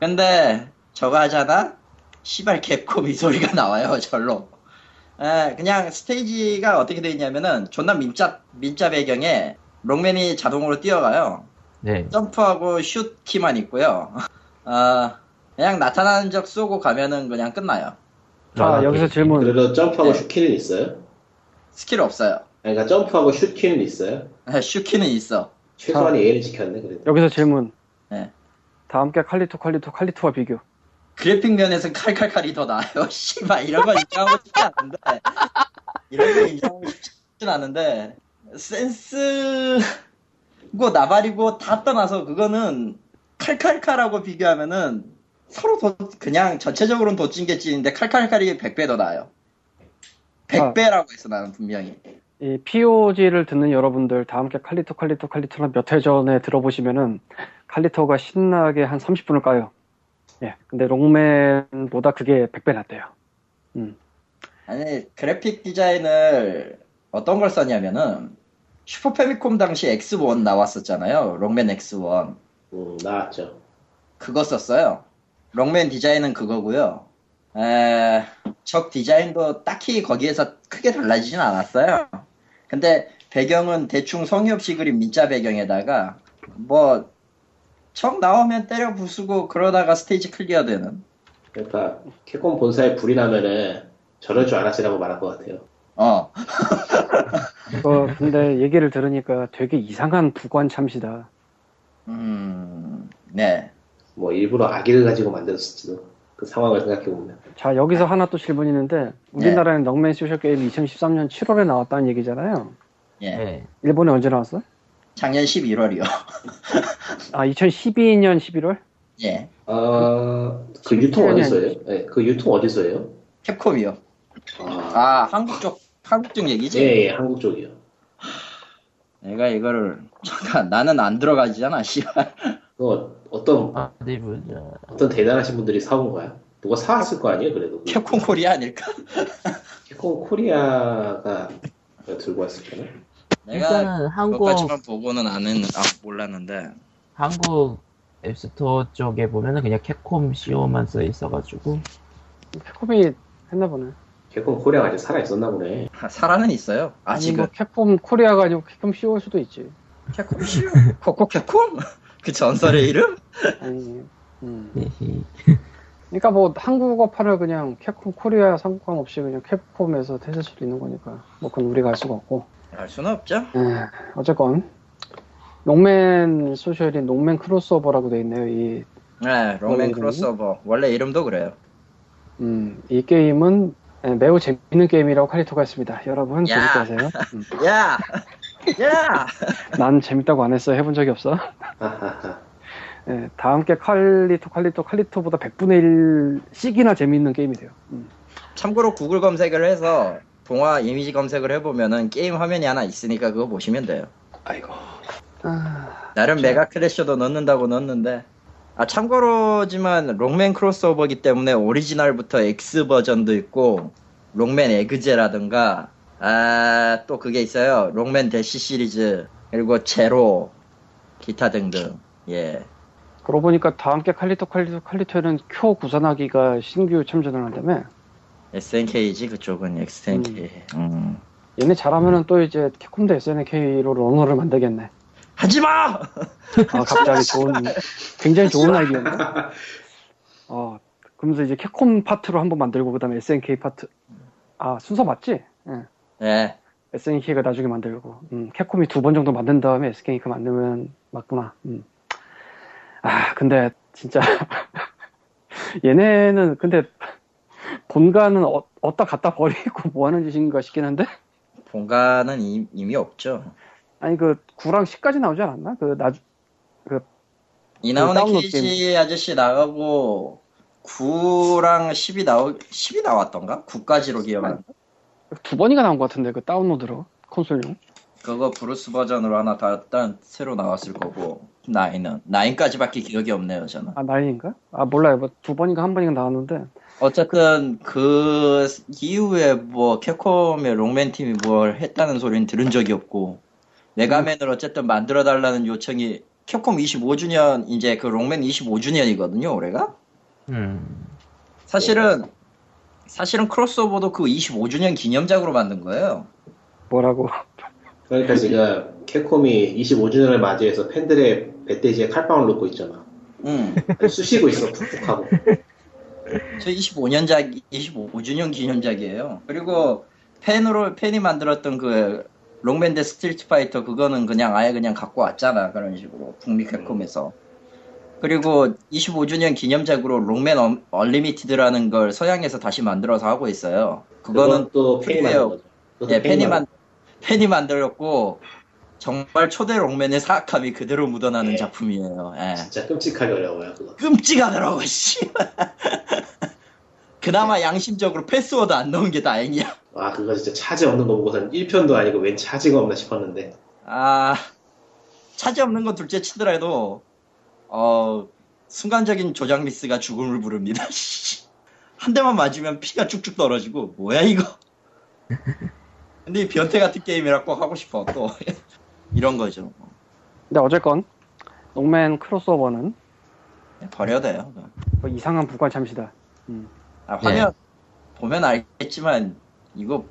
Speaker 1: 근데 저거 하잖아. 시발 캡콤 이 소리가 나와요 절로. 예, 그냥 스테이지가 어떻게 되어 있냐면은 존나 민자 민자 배경에 롱맨이 자동으로 뛰어가요.
Speaker 2: 네.
Speaker 1: 점프하고 슛 키만 있고요. 아 그냥 나타나는 적 쏘고 가면은 그냥 끝나요.
Speaker 4: 아, 여기서 질문.
Speaker 3: 그래도 점프하고
Speaker 1: 네.
Speaker 3: 슈키는 있어요?
Speaker 1: 스킬 없어요. 예,
Speaker 3: 아니, 그러니까 점프하고 슈키는 있어요?
Speaker 1: 슈키는 있어.
Speaker 3: 최소한
Speaker 1: 아.
Speaker 3: 예의를 지켰네 그래도.
Speaker 4: 여기서 질문.
Speaker 1: 네.
Speaker 4: 다음 게 칼리토, 칼리토, 칼리토와 비교.
Speaker 1: 그래픽 면에서는 칼칼칼이 더 나아요. 씨발 이런 거 인정하고 싶지 않은데 이런 거 인정하고 싶진 않은데 센스고 나발이고 다 떠나서 그거는 칼칼칼하고 비교하면은 서로 더 그냥 전체적으로는 도찐개찐인데 칼칼칼이 100배 더 나아요. 100배라고 했어 나는 분명히.
Speaker 4: 이 POG를 듣는 여러분들 다음 게 칼리토, 칼리토, 칼리토는 몇 해 전에 들어보시면은 칼리토가 신나게 한 30분을 까요. 예. 근데 롱맨보다 그게 100배 낫대요.
Speaker 1: 아니 그래픽 디자인을 어떤 걸 썼냐면은 슈퍼 패미콤 당시 X1 나왔었잖아요. 롱맨 X1
Speaker 3: 음, 나왔죠.
Speaker 1: 그거 썼어요. 롱맨 디자인은 그거고요. 에, 적 디자인도 딱히 거기에서 크게 달라지진 않았어요. 근데 배경은 대충 성의 없이 그린 민자 배경에다가 뭐 적 나오면 때려 부수고 그러다가 스테이지 클리어 되는
Speaker 3: 그러니까 캡콤 본사에 불이 나면은 저럴 줄 알았으라고 말할 것 같아요.
Speaker 1: 어
Speaker 4: 이거 어, 근데 얘기를 들으니까 되게 이상한 부관 참시다.
Speaker 1: 음, 네.
Speaker 3: 뭐 일부러 악의를 가지고 만들었을지도 그 상황을 생각해 보면.
Speaker 4: 자, 여기서 하나 또 질문이 있는데
Speaker 1: 네.
Speaker 4: 우리나라는 롱맨 소셜 게임이 2013년 7월에 나왔다는 얘기잖아요.
Speaker 1: 예.
Speaker 2: 예.
Speaker 4: 일본에 언제 나왔어?
Speaker 1: 작년 11월이요.
Speaker 4: 아, 2012년 11월?
Speaker 1: 예.
Speaker 3: 아그 유통 어디서예요? 네, 그 유통 어디서예요?
Speaker 1: 캡콤이요.
Speaker 3: 아,
Speaker 1: 아, 한국 쪽, 한국 쪽 얘기지?
Speaker 3: 예, 예, 한국 쪽이요.
Speaker 1: 내가 이거를, 잠깐, 나는 안 들어가지잖아, 씨발.
Speaker 3: 그거 어떤
Speaker 2: 아, 네, 보자.
Speaker 3: 어떤 대단하신 분들이 사온 거야? 누가 사왔을 거 아니에요, 그래도?
Speaker 1: 캡콤 코리아 아닐까?
Speaker 3: 캡콤 코리아가 들고 왔을까나?
Speaker 1: 내가
Speaker 2: 일단은 한국
Speaker 1: 그것까지만 보고는 아는, 아, 몰랐는데.
Speaker 2: 한국 앱스토어 쪽에 보면은 그냥 캡콤 CO만 써 있어가지고
Speaker 4: 캡콤이 했나 보네.
Speaker 3: 캡콤 코리아가 아직 살아있었나 보네.
Speaker 1: 아, 살아는 있어요.
Speaker 4: 아니
Speaker 1: 아직은.
Speaker 4: 뭐 캡콤 코리아가 아니고 캡콤 CO일 수도 있지.
Speaker 1: 캡콤 씨요? 코코 캡콤? 그 전설의 이름?
Speaker 4: 아니, 음.
Speaker 2: 히히.
Speaker 4: 그러니까 뭐 한국어판을 그냥 캡콤 코리아 상관없이 그냥 캡콤에서 했을 수도 있는 거니까 뭐 그건 우리가 알 수가 없고
Speaker 1: 알 수는 없죠.
Speaker 4: 에, 어쨌건 롱맨 소셜인 롱맨 크로스오버라고 돼 있네요 이,
Speaker 1: 네, 롱맨
Speaker 4: 이름이?
Speaker 1: 크로스오버. 원래 이름도 그래요.
Speaker 4: 음, 이 게임은 에, 매우 재밌는 게임이라고 칼리토가 했습니다 여러분
Speaker 1: 야.
Speaker 4: 재밌게 하세요 음,
Speaker 1: 야! 야!
Speaker 4: 난 재밌다고 안 했어 해본 적이 없어
Speaker 3: 하하하.
Speaker 4: 에, 다음 게 칼리토 칼리토 칼리토보다 100분의 1씩이나 재밌는 게임이 돼요 음.
Speaker 1: 참고로 구글 검색을 해서 동화 이미지 검색을 해보면은 게임 화면이 하나 있으니까 그거 보시면 돼요.
Speaker 3: 아이고.
Speaker 4: 아,
Speaker 1: 나름 메가 크래셔도 넣는다고 넣었는데 아 참고로지만 롱맨 크로스오버기 때문에 오리지널부터 X 버전도 있고 롱맨 에그제라든가 아 또 그게 있어요 롱맨 대시 시리즈 그리고 제로 기타 등등 예
Speaker 4: 그러고 보니까 다음 게 칼리토 칼리토 칼리토에는 쿄 구사나기가 신규 참전을 한다며
Speaker 1: SNK지 그쪽은 XNK 음.
Speaker 4: 얘네 잘하면은 또 이제 캡콤도 SNK로 러너를 만들겠네.
Speaker 1: 하지마
Speaker 4: 아, 갑자기 좋은, 굉장히 좋은 아이디어네. 어, 그러면서 이제 캡콤 파트로 한번 만들고, 그 다음에 SNK 파트. 아, 순서 맞지? 예.
Speaker 1: 예
Speaker 4: SNK가 나중에 만들고, 음, 캡콤이 두 번 정도 만든 다음에 SNK가 만들면 맞구나. 음. 아, 근데 진짜. 얘네는 근데 본가는 어, 어디다 갖다 버리고 뭐 하는 짓인가 싶긴 한데?
Speaker 1: 본가는 이- 이미 없죠
Speaker 4: 아니 그 9랑 10까지 나오지 않았나? 그 나,
Speaker 1: 이나오네
Speaker 4: 다운로드
Speaker 1: 케이지 아저씨 나가고 9랑 10이 나오 10이 나왔던가 9까지로 기억하는
Speaker 4: 두 번이가 나온 것 같은데 그 다운로드로 콘솔용
Speaker 1: 그거 브루스 버전으로 하나 다 일단 새로 나왔을 거고 나인은 나인까지밖에 기억이 없네요 저는.
Speaker 4: 아 나인인가? 아 몰라요. 뭐 두 번인가 한 번인가 나왔는데
Speaker 1: 어쨌든 그 이후에 뭐 캡콤의 롱맨 팀이 뭘 했다는 소리는 들은 적이 없고 메가맨을 어쨌든 만들어 달라는 요청이 캡콤 25주년 이제 그 롱맨 25주년이거든요 올해가
Speaker 2: 음.
Speaker 1: 사실은 사실은 크로스오버도 그 25주년 기념작으로 만든 거예요.
Speaker 4: 뭐라고
Speaker 3: 그러니까 지금 캡콤이 25주년을 맞이해서 팬들의 멧돼지에 칼빵을 놓고 있잖아.
Speaker 1: 음.
Speaker 3: 쑤시고 있어 푹푹하고.
Speaker 1: 저 25년작, 25주년 기념작이에요. 그리고 팬으로 팬이 만들었던 그 롱맨드 스트리트 파이터 그거는 그냥 아예 그냥 갖고 왔잖아 그런 식으로 북미 캡콤에서. 그리고 25주년 기념작으로 롱맨 언- 언리미티드라는 걸 서양에서 다시 만들어서 하고 있어요. 그거는
Speaker 3: 그건 또 팬이 만든
Speaker 1: 프리웨어.
Speaker 3: 거죠. 그것도
Speaker 1: 예, 팬이 만
Speaker 3: 만든
Speaker 1: 팬이 만들었고 정말 초대 롱맨의 사악함이 그대로 묻어나는 작품이에요. 예.
Speaker 3: 거죠. 진짜 끔찍하게 어려워요 그거.
Speaker 1: 끔찍하더라고, 씨. 그나마
Speaker 3: 예.
Speaker 1: 양심적으로 패스워드 안 넣은 게 다행이야.
Speaker 3: 와 그거 진짜 차지 없는 거 보고선 1편도 아니고 웬 차지가 없나 싶었는데
Speaker 1: 아, 차지 없는 건 둘째 치더라도, 어, 순간적인 조작 미스가 죽음을 부릅니다, 씨. 한 대만 맞으면 피가 쭉쭉 떨어지고, 뭐야, 이거. 근데 이 변태 같은 게임이라 꼭 하고 싶어, 또. 이런 거죠.
Speaker 4: 근데 어쨌건 롱맨 크로스오버는
Speaker 1: 버려야 돼요.
Speaker 4: 뭐 이상한 부관 잠시다.
Speaker 1: 아, 화면, 보면 알겠지만, 이거,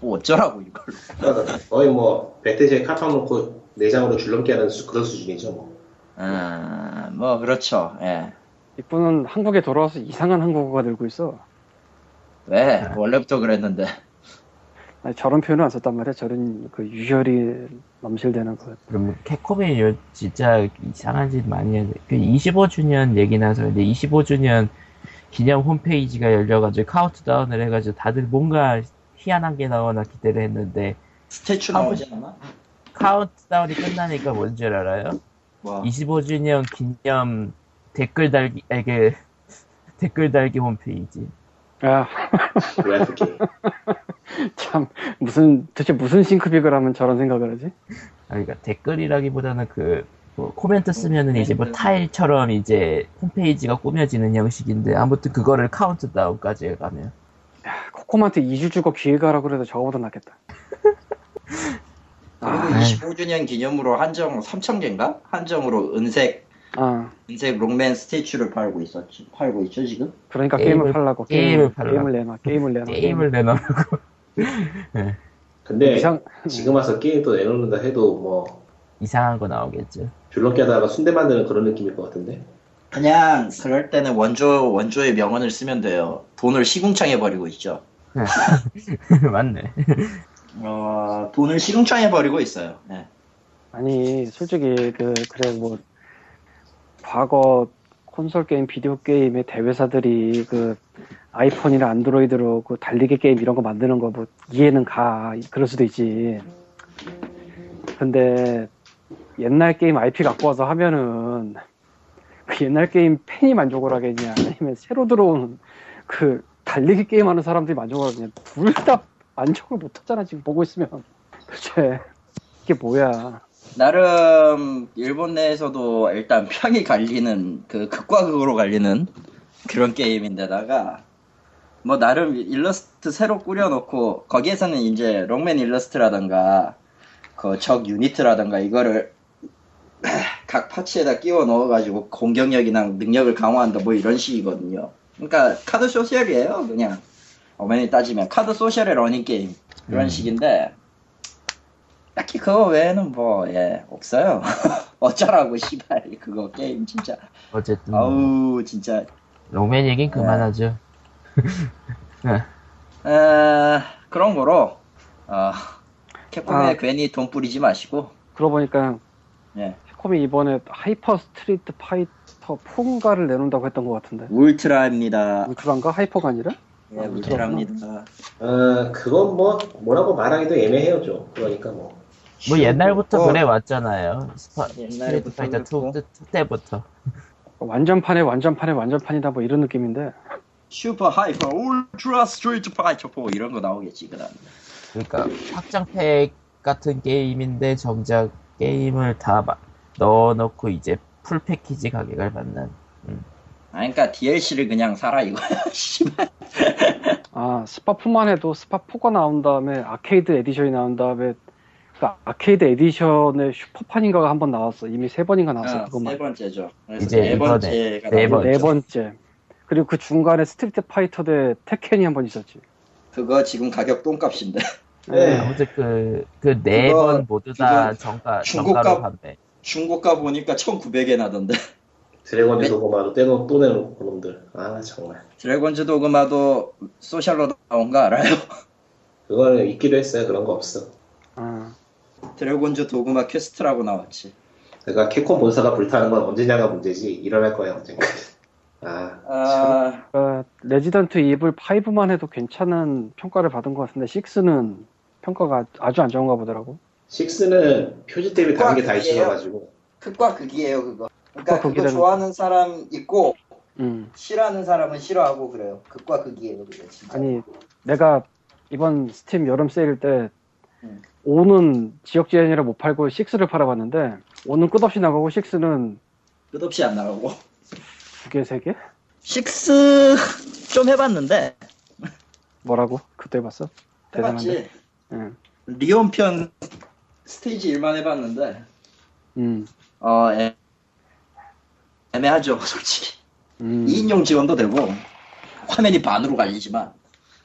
Speaker 1: 뭐 어쩌라고, 이걸로.
Speaker 3: 그러니까 거의 뭐 멧돼지에 칼빵 놓고 네 내장으로 줄넘기 하는 수- 그런 수준이죠 뭐.
Speaker 1: 아, 뭐 그렇죠. 예.
Speaker 4: 이분은 한국에 돌아와서 이상한 한국어가 늘고 있어.
Speaker 1: 왜 원래부터 그랬는데.
Speaker 4: 아니, 저런 표현을 안 썼단 말이야. 저런 그 유혈이 넘실대는 그
Speaker 2: 그럼 캡콤이 요- 진짜 이상한 짓 많이 해야 돼. 그 25주년 얘기 나서 근데 25주년 기념 홈페이지가 열려가지고 카운트다운을 해가지고 다들 뭔가 희한한 게 나오나 기대를 했는데
Speaker 1: 스태츄
Speaker 2: 아,
Speaker 1: 나오지 않나?
Speaker 2: 카운트다운이 끝나니까 뭔 줄 알아요?
Speaker 1: 뭐.
Speaker 2: 25주년 기념 댓글 달기, 아, 이게 댓글 달기 홈페이지.
Speaker 4: 아,
Speaker 3: 그래프 게임.
Speaker 4: 참 무슨 대체 무슨 싱크빅을 하면 저런 생각을 하지?
Speaker 2: 아, 그러니까 댓글이라기보다는 그, 뭐 코멘트 쓰면은 이제 뭐 타일처럼 이제 홈페이지가 꾸며지는 형식인데 아무튼 그거를 카운트다운까지 가면.
Speaker 4: 코코마한테 2주 주고 기획하라고 그래도 저거보다 낫겠다.
Speaker 1: 그리고
Speaker 4: 아,
Speaker 1: 25주년 기념으로 한정 3천 개인가? 한정으로 은색
Speaker 4: 아,
Speaker 1: 은색 롱맨 스태츄를 팔고 있었지. 팔고 있죠 지금?
Speaker 4: 그러니까
Speaker 2: 게임을-
Speaker 4: 게임을, 팔라고
Speaker 2: 게임을 팔라고.
Speaker 4: 게임을 내놔 게임을 내놔
Speaker 2: 게임을 내놓은
Speaker 3: 근데
Speaker 4: 이상
Speaker 3: 지금 와서 게임 또 내놓는다 해도 뭐
Speaker 2: 이상한 거 나오겠죠.
Speaker 3: 줄넘기 하다가 순대 만드는 그런 느낌일 것 같은데.
Speaker 1: 그냥 그럴 때는 원조 원조의 명언을 쓰면 돼요. 돈을 시궁창에 버리고 있죠.
Speaker 2: 맞네.
Speaker 1: 어 돈을 시궁창에 버리고 있어요. 예.
Speaker 4: 아니 솔직히 그 그래 뭐 과거 콘솔 게임 비디오 게임의 대회사들이 그 아이폰이나 안드로이드로 그 달리기 게임 이런 거 만드는 거 뭐 이해는 가 그럴 수도 있지 근데 옛날 게임 IP 갖고 와서 하면은 그 옛날 게임 팬이 만족을 하겠냐 아니면 새로 들어온 그 달리기 게임 하는 사람들이 만족을 하겠냐 둘 다 만족을 못 하잖아 지금 보고 있으면 도대체 이게 뭐야
Speaker 1: 나름 일본 내에서도 일단 평이 갈리는 그 극과 극으로 갈리는 그런 게임인데다가 뭐 나름 일러스트 새로 꾸려놓고 거기에서는 이제 롱맨 일러스트라던가 그 적 유니트라던가 이거를 각 파츠에다 끼워 넣어가지고 공격력이나 능력을 강화한다 뭐 이런 식이거든요. 그러니까 카드 소셜이에요 그냥 어머니 따지면 카드 소셜의 러닝 게임 이런
Speaker 2: 음.
Speaker 1: 식인데 딱히 그거 외에는 뭐, 예, 없어요. 어쩌라고, 씨발. 그거 게임 진짜.
Speaker 2: 어쨌든 뭐
Speaker 1: 아우, 진짜.
Speaker 2: 롱맨 얘긴 그만하죠.
Speaker 1: 에, 그런 거로, 어, 캡콤에
Speaker 4: 아.
Speaker 1: 괜히 돈 뿌리지 마시고,
Speaker 4: 그러고 보니까
Speaker 1: 예.
Speaker 4: 캡콤이 이번에 하이퍼 스트리트 파이터 폰가를 내놓는다고 했던 것 같은데
Speaker 1: 울트라입니다.
Speaker 4: 울트라인가 하이퍼가 아니라?
Speaker 1: 예, 울트라입니다.
Speaker 3: 아 그건 뭐 뭐라고 말하기도 애매해요 좀. 그러니까 뭐.
Speaker 2: 뭐 옛날부터
Speaker 1: 어.
Speaker 2: 그래 왔잖아요. 스파,
Speaker 1: 옛날부터
Speaker 2: 스트리트 파이터 2
Speaker 1: 그랬고.
Speaker 2: 때부터.
Speaker 4: 완전판에 완전판에 완전판이다 뭐 이런 느낌인데
Speaker 1: 슈퍼 하이퍼 울트라 스트리트 파이터 4 이런 거 나오겠지, 그 다음에.
Speaker 2: 그러니까 확장팩 같은 게임인데 정작 게임을 다 마- 넣어놓고 이제 풀 패키지 가격을 받는
Speaker 1: 아, 그러니까 DLC를 그냥 사라 이거야. 씨발.
Speaker 4: 아, 스파4만 해도 스파4가 나온 다음에 아케이드 에디션이 나온 다음에 그 아케이드 에디션의 슈퍼판인가가 한 번 나왔어. 이미 세 번인가 나왔어.
Speaker 1: 아,
Speaker 4: 그것만.
Speaker 1: 세 번째죠. 그래서
Speaker 2: 이제
Speaker 1: 네
Speaker 2: 이번에
Speaker 1: 번째가
Speaker 2: 네
Speaker 1: 나온
Speaker 2: 번째.
Speaker 4: 네
Speaker 1: 거죠.
Speaker 4: 번째. 그리고 그 중간에 스트리트 파이터 대 테켄이 한 번 있었지.
Speaker 1: 그거 지금 가격 똥값인데.
Speaker 3: 네.
Speaker 2: 아무튼 그그 네
Speaker 1: 그거-
Speaker 2: 번 모두 다
Speaker 1: 그거
Speaker 2: 정가
Speaker 1: 중고가-
Speaker 2: 정가로 판매.
Speaker 1: 중고가 보니까 1,900에 나던데.
Speaker 3: 드래곤즈
Speaker 1: 네.
Speaker 3: 도고마로 떼놓고 또 내놓고 그놈들. 아, 정말.
Speaker 1: 드래곤즈 도그마도 소셜로 나온 거 알아요?
Speaker 3: 그거는 있기도 했어요. 그런 거 없어.
Speaker 4: 아,
Speaker 1: 드래곤즈 도그마 퀘스트라고 나왔지.
Speaker 3: 그러니까 캡콤 본사가 불타는 건 언제냐가 문제지. 일어날 거야, 언젠가. 아, 참.
Speaker 1: 아,
Speaker 4: 그러니까 레지던트 이블 5만 해도 괜찮은 평가를 받은 것 같은데 6는 평가가 아주 안 좋은가 보더라고.
Speaker 3: 6는 표지 때문에 다른 게 다
Speaker 1: 꽉이에요?
Speaker 3: 있어가지고.
Speaker 1: 극과 극이에요 그거. 그러니까
Speaker 4: 극과
Speaker 1: 그거
Speaker 4: 극이라는-
Speaker 1: 좋아하는 사람 있고
Speaker 4: 음.
Speaker 1: 싫어하는 사람은 싫어하고 그래요. 극과 극이에요 그게 진짜.
Speaker 4: 아니 내가 이번 스팀 여름 세일 때
Speaker 1: 음.
Speaker 4: 5는 지역 제한이라 못 팔고 6를 팔아봤는데 5는 끝없이 나가고 6는
Speaker 1: 끝없이 안 나오고.
Speaker 4: 두 개, 세 개?
Speaker 1: 식스 좀 해봤는데
Speaker 4: 뭐라고? 그때 봤어? 예. 대단한데.
Speaker 1: 해봤지.
Speaker 4: 응.
Speaker 1: 리온 편 스테이지 1만 해봤는데
Speaker 4: 음.
Speaker 1: 어 애, 매하죠 솔직히
Speaker 4: 음.
Speaker 1: 2인용 지원도 되고 화면이 반으로 갈리지만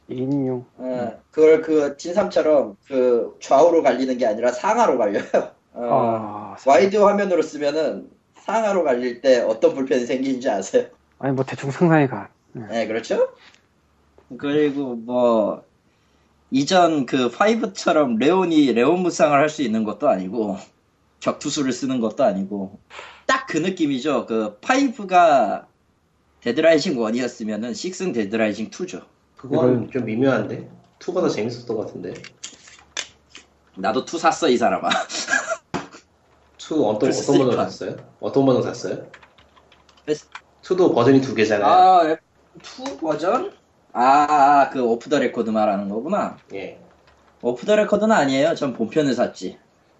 Speaker 4: 이인용.
Speaker 1: 예, 그걸 그 진삼처럼 그 좌우로 갈리는 게 아니라 상하로 갈려요. 어,
Speaker 4: 아,
Speaker 1: 와이드 화면으로 쓰면은 상하로 갈릴 때 어떤 불편이 생기는지 아세요?
Speaker 4: 아니 뭐 대충 상상이 가.
Speaker 1: 네, 그렇죠? 그리고 뭐 이전 그 5처럼 레온이 레온 무쌍을 할 수 있는 것도 아니고 격투수를 쓰는 것도 아니고 딱 그 느낌이죠. 그 5가 데드라이징 1이었으면은 6은 데드라이징 2죠.
Speaker 3: 그건 좀 미묘한데? 2가 더 재밌었던 것 같은데. 2
Speaker 1: 나도 2 샀어 이 사람아.
Speaker 3: 어떤,
Speaker 1: 플스
Speaker 3: 어떤
Speaker 1: 쓰니까.
Speaker 3: 버전 샀어요? 어떤 버전 샀어요?
Speaker 1: 플스-
Speaker 3: 2도 버전이 두 개잖아요.
Speaker 1: 아, 2 버전? 아, 그 오프 더 레코드 말하는 거구나.
Speaker 3: 예.
Speaker 1: 오프 더 레코드는 아니에요. 전 본편을 샀지.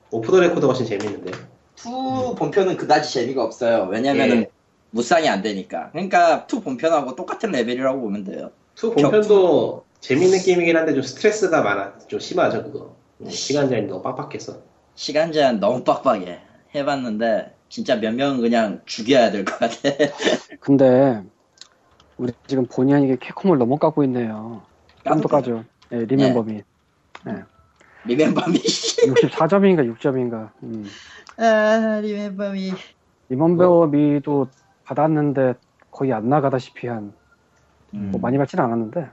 Speaker 3: 오프 더 레코드가 훨씬 재밌는데.
Speaker 1: 2 본편은 그다지 재미가 없어요. 왜냐면은
Speaker 3: 예.
Speaker 1: 무쌍이 안 되니까. 그러니까 2 본편하고 똑같은 레벨이라고 보면 돼요.
Speaker 3: 2 본편도 재밌는 게임이긴 한데 좀 스트레스가 많아. 좀 심하죠, 그거. 음, 시간 제한이 너무 빡빡해서.
Speaker 1: 시간 제한 너무 빡빡해. 해봤는데 진짜 몇 명은 그냥 죽여야 될 것 같아.
Speaker 4: 근데 우리 지금 본의 아니게 캡콤을 넘어 가고 있네요. 깜도 까죠. 예, 리멤버미.
Speaker 1: 리멤버미.
Speaker 4: 64점인가 6점인가. 음.
Speaker 1: 아, 리멤버미. 뭐.
Speaker 4: 리멤버미도 받았는데 거의 안 나가다시피 한.
Speaker 1: 음.
Speaker 4: 뭐 많이 받진 않았는데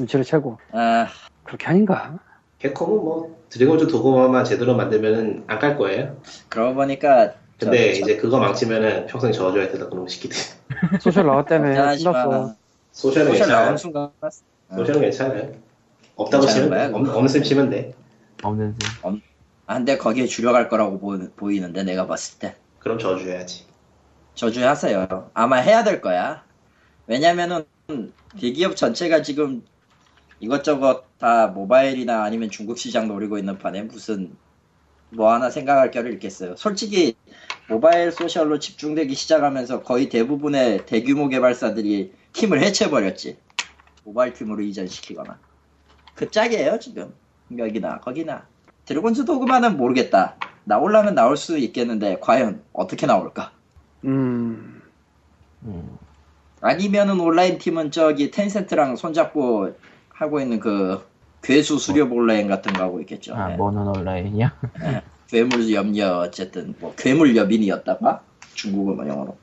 Speaker 4: 눈치를 채고
Speaker 1: 아,
Speaker 4: 그렇게 아닌가?
Speaker 3: 개컴은 뭐 드래곤즈 도구마만 제대로 만들면은 안 깔 거예요.
Speaker 1: 그러고 보니까 저-
Speaker 3: 근데
Speaker 1: 저-
Speaker 3: 이제 그거 망치면은 평생 저어줘야 된다 그놈 시키들.
Speaker 4: 소셜 나왔 때문에
Speaker 1: 걱정하지 마.
Speaker 4: 끝났어.
Speaker 3: 소셜은
Speaker 1: 소셜
Speaker 3: 괜찮아요.
Speaker 1: 나온 순간
Speaker 3: 소셜은 괜찮아요. 없다고
Speaker 1: 괜찮은
Speaker 3: 치면
Speaker 1: 거야,
Speaker 3: 없-
Speaker 1: 그거.
Speaker 3: 없는 셈 치면 돼.
Speaker 2: 없는 셈.
Speaker 1: 아, 근데 거기에 줄여갈 거라고 보, 이는데 내가 봤을 때
Speaker 3: 그럼 저어줘야지.
Speaker 1: 저주하세요 아마 해야 될 거야 왜냐면은 그 대기업 전체가 지금 이것저것 다 모바일이나 아니면 중국 시장 노리고 있는 판에 무슨 뭐 하나 생각할 겨를 있겠어요 솔직히 모바일 소셜로 집중되기 시작하면서 거의 대부분의 대규모 개발사들이 팀을 해체해버렸지 모바일 팀으로 이전시키거나 그 짝이에요 지금 여기나 거기나 드래곤즈 도그마는 모르겠다. 나오려면 나올 수 있겠는데 과연 어떻게 나올까?
Speaker 4: 음.
Speaker 2: 음.
Speaker 1: 아니면은 온라인 팀은 저기 텐센트랑 손잡고 하고 있는 그 괴수 수렵 온라인 같은 거 하고 있겠죠.
Speaker 2: 아
Speaker 1: 예.
Speaker 2: 뭐는 온라인이야?
Speaker 1: 괴물 염려 어쨌든 뭐 괴물 여빈이었다가 중국어 뭐 영어로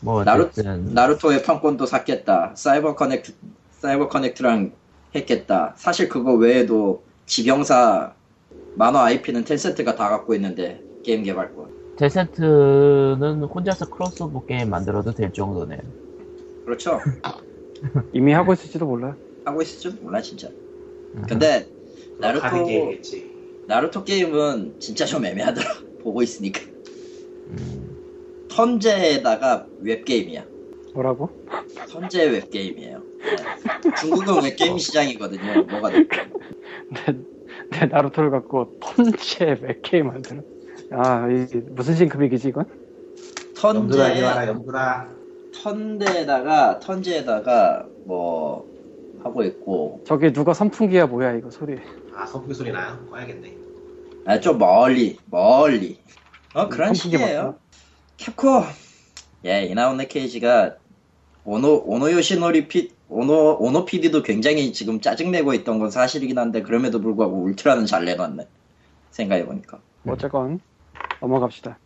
Speaker 2: 뭐
Speaker 1: 나루
Speaker 2: 어쨌든
Speaker 1: 나루토의 판권도 샀겠다. 사이버 커넥트 사이버 커넥트랑 했겠다. 사실 그거 외에도 지병사 만화 IP는 텐센트가 다 갖고 있는데 게임 개발권.
Speaker 2: 데센트는 혼자서 크로스오버 게임 만들어도 될 정도네요.
Speaker 1: 그렇죠.
Speaker 4: 이미 하고 있을지도 몰라.
Speaker 1: 하고 있을지 몰라 진짜.
Speaker 2: 음.
Speaker 1: 근데
Speaker 3: 나카
Speaker 1: 나루토
Speaker 3: 비 게임이겠지.
Speaker 1: 나루토 게임은 진짜 좀 애매하더라. 보고 있으니까
Speaker 2: 음.
Speaker 1: 턴제에다가 웹 게임이야.
Speaker 4: 뭐라고?
Speaker 1: 턴제 네. 웹 게임이에요. 중국은 웹 게임 시장이거든요. 뭐가 됐든.
Speaker 4: 네, 나루토를 갖고 턴제 몇개 만드는. 아, 이, 이 무슨 싱크빅이지 이건?
Speaker 3: 염두라
Speaker 1: 턴제
Speaker 3: 이리 와라 염두라
Speaker 1: 턴제에다가 턴제에다가 뭐 하고 있고
Speaker 4: 저게 누가 선풍기야 뭐야 이거 소리.
Speaker 3: 아 선풍기 소리 나요? 꺼야겠네
Speaker 1: 아, 좀 멀리 멀리 어 그런
Speaker 4: 선풍기
Speaker 1: 식이에요
Speaker 4: 맞다.
Speaker 1: 캡콤 예 이나오네 케이지가 오노 오노 요시노리 피 오노 오노 PD도 굉장히 지금 짜증내고 있던 건 사실이긴 한데 그럼에도 불구하고 울트라는 잘 내놨네 생각해보니까
Speaker 2: 네.
Speaker 4: 어쨌건 넘어갑시다.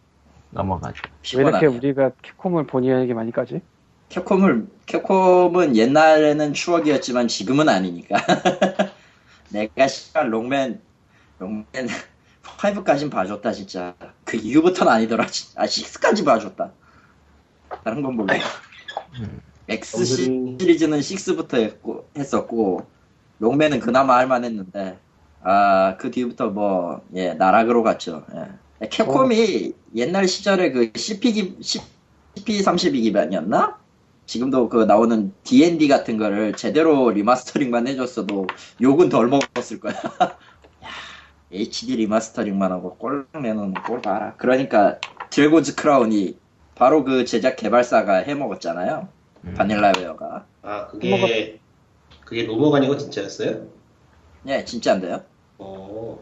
Speaker 2: 넘어가죠.
Speaker 4: 왜 이렇게
Speaker 1: 피곤하네요.
Speaker 4: 우리가 캡콤을 본의 아니게 많이 까지?
Speaker 1: 캡콤을 캡콤은 옛날에는 추억이었지만 지금은 아니니까 내가 시간 롱맨 롱맨 5까진 봐줬다 진짜 그 이후부터는 아니더라 진- 아 6까지 봐줬다 다른 건 몰라
Speaker 2: 음.
Speaker 1: X
Speaker 3: 놈들이-
Speaker 1: 시리즈는 6부터 했고 했었고 롱맨은 그나마 할만했는데 아 그 뒤부터 뭐 예 나락으로 갔죠 예. 캡콤이 옛날 시절에 그 CP 기 CP 32 기반이었나? 지금도 그 나오는 D&D 같은 거를 제대로 리마스터링만 해줬어도 욕은 덜 먹었을 거야. 야, HD 리마스터링만 하고 꼴 내놓는 꼴 봐라. 그러니까 드래곤즈 크라운이 바로 그 제작 개발사가 해먹었잖아요.
Speaker 2: 음.
Speaker 1: 바닐라웨어가.
Speaker 3: 아 그게 그게 루머가 아니고 진짜였어요?
Speaker 1: 예, 진짜인데요.
Speaker 3: 어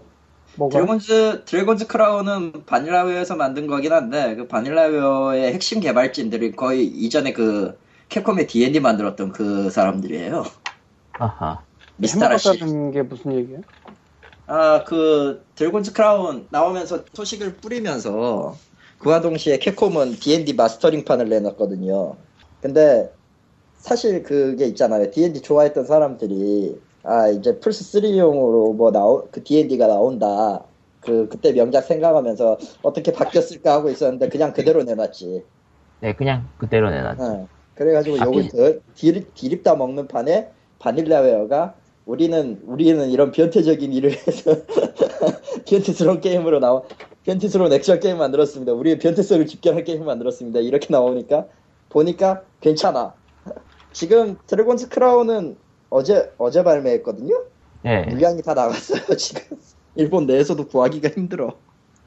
Speaker 4: 뭐가?
Speaker 1: 드래곤즈, 드래곤즈 크라운은 바닐라웨어에서 만든 거긴 한데, 그 바닐라웨어의 핵심 개발진들이 거의 이전에 그 캡콤의 D&D 만들었던 그 사람들이에요.
Speaker 2: 아하.
Speaker 1: 미스터라시.
Speaker 4: 해먹었다는 게 무슨 얘기야?
Speaker 1: 아, 그, 드래곤즈 크라운 나오면서 소식을 뿌리면서 그와 동시에 캡콤은 D&D 마스터링판을 내놨거든요. 근데 사실 그게 있잖아요. D&D 좋아했던 사람들이 아, 이제 플스3용으로 뭐 나오, 그 D&D가 나온다. 그, 그때 명작 생각하면서 어떻게 바뀌었을까 하고 있었는데 그냥 그대로 내놨지.
Speaker 2: 네, 그냥 그대로 내놨죠.
Speaker 1: 응. 어, 그래가지고
Speaker 2: 아,
Speaker 1: 요걸
Speaker 2: 비-
Speaker 1: 더 디립, 디립다 먹는 판에 바닐라웨어가 우리는 우리는 이런 변태적인 일을 해서 변태스러운 게임으로 나와 변태스러운 액션 게임 만들었습니다. 우리의 변태성을 집결할 게임 만들었습니다. 이렇게 나오니까 보니까 괜찮아. 지금 드래곤스 크라운은 어제 어제 발매했거든요.
Speaker 2: 네.
Speaker 1: 물량이 다 나갔어요 지금. 일본 내에서도 구하기가 힘들어.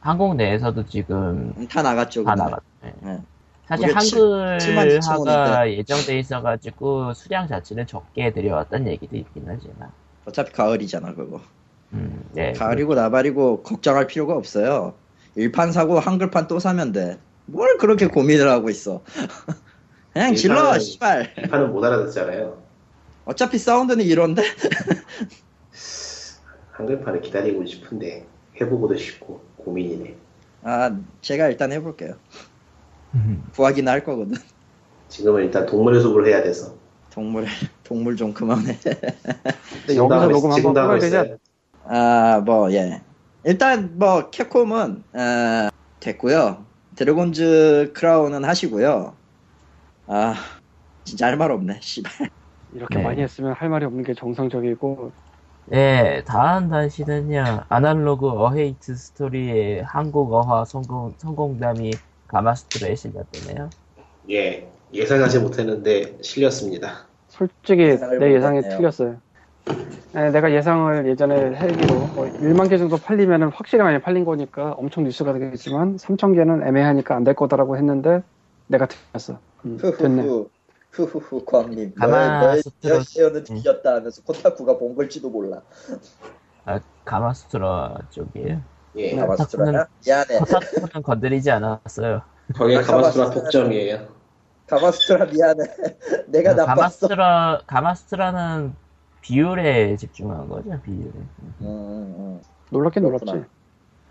Speaker 2: 한국 내에서도 지금
Speaker 1: 다 나갔죠.
Speaker 2: 다
Speaker 1: 그날.
Speaker 2: 나갔. 네.
Speaker 1: 네.
Speaker 2: 사실
Speaker 1: 우리가 칠- 칠만 이천
Speaker 2: 한글화가
Speaker 1: 원인데.
Speaker 2: 예정돼 있어가지고 수량 자체를 적게 들여왔다는 얘기도 있긴 하지만.
Speaker 1: 어차피 가을이잖아 그거.
Speaker 2: 음, 네.
Speaker 1: 가을이고 나발이고 걱정할 필요가 없어요. 일판 사고 한글판 또 사면 돼. 뭘 그렇게 고민을 하고 있어. 그냥 질러,
Speaker 3: 일판은-
Speaker 1: 씨발.
Speaker 3: 이 판은 못 알아듣잖아요
Speaker 1: 어차피 사운드는 이런데?
Speaker 3: 한글판을 기다리고 싶은데 해보고도 싶고 고민이네
Speaker 1: 아, 제가 일단 해볼게요.
Speaker 2: 음,
Speaker 1: 구하기는 할 거거든.
Speaker 3: 지금은 일단 동물의 숲을 해야 돼서
Speaker 1: 동물, 동물 좀 그만해.
Speaker 4: 근데 여기서 녹음 한번
Speaker 3: 지금도 하고
Speaker 4: 끊어야 되지 않-
Speaker 3: 있어요.
Speaker 1: 아, 뭐, 예. 일단, 뭐, 캡콤은, 어, 됐고요 드래곤즈 크라운은 하시고요 아, 진짜 할 말 없네, 씨발.
Speaker 4: 이렇게
Speaker 2: 네.
Speaker 4: 많이 했으면 할 말이 없는 게 정상적이고
Speaker 2: 네, 다음 단신은요. 아날로그 어헤이트 스토리의 한국 어화 성공, 성공담이 가마스트로에 실렸다네요.
Speaker 3: 예 예상하지 못했는데 실렸습니다
Speaker 4: 솔직히
Speaker 1: 예상을
Speaker 4: 내 예상이
Speaker 1: 못했네요.
Speaker 4: 틀렸어요. 네, 내가 예상을 예전에 해기로 뭐 1만 개 정도 팔리면은 확실히 많이 팔린 거니까 엄청 뉴스가 되겠지만 3천 개는 애매하니까 안 될 거다라고 했는데 내가 틀렸어. 음, 됐네.
Speaker 1: 후후후 후후후 광님
Speaker 2: 가만
Speaker 1: 너의
Speaker 2: 스스로- 네.
Speaker 1: 너의 시연은
Speaker 2: 응.
Speaker 1: 뒤졌다 하면서 코타쿠가 본 걸지도 몰라
Speaker 2: 아, 가마스트로 쪽이에요.
Speaker 3: 예
Speaker 4: 네.
Speaker 1: 가마스트라야? 미안해
Speaker 2: 허사토는 건드리지 않았어요.
Speaker 3: 거기에 가마수라
Speaker 1: 가마수라
Speaker 3: 폭정이에요
Speaker 1: 가마스트라 미안해 내가 나빴어
Speaker 2: 아, 가마스트라, 가마스트라는 비율에 집중한 거죠, 비율에.
Speaker 1: 음, 음.
Speaker 4: 놀랍긴 놀랍지.
Speaker 1: 그렇구나.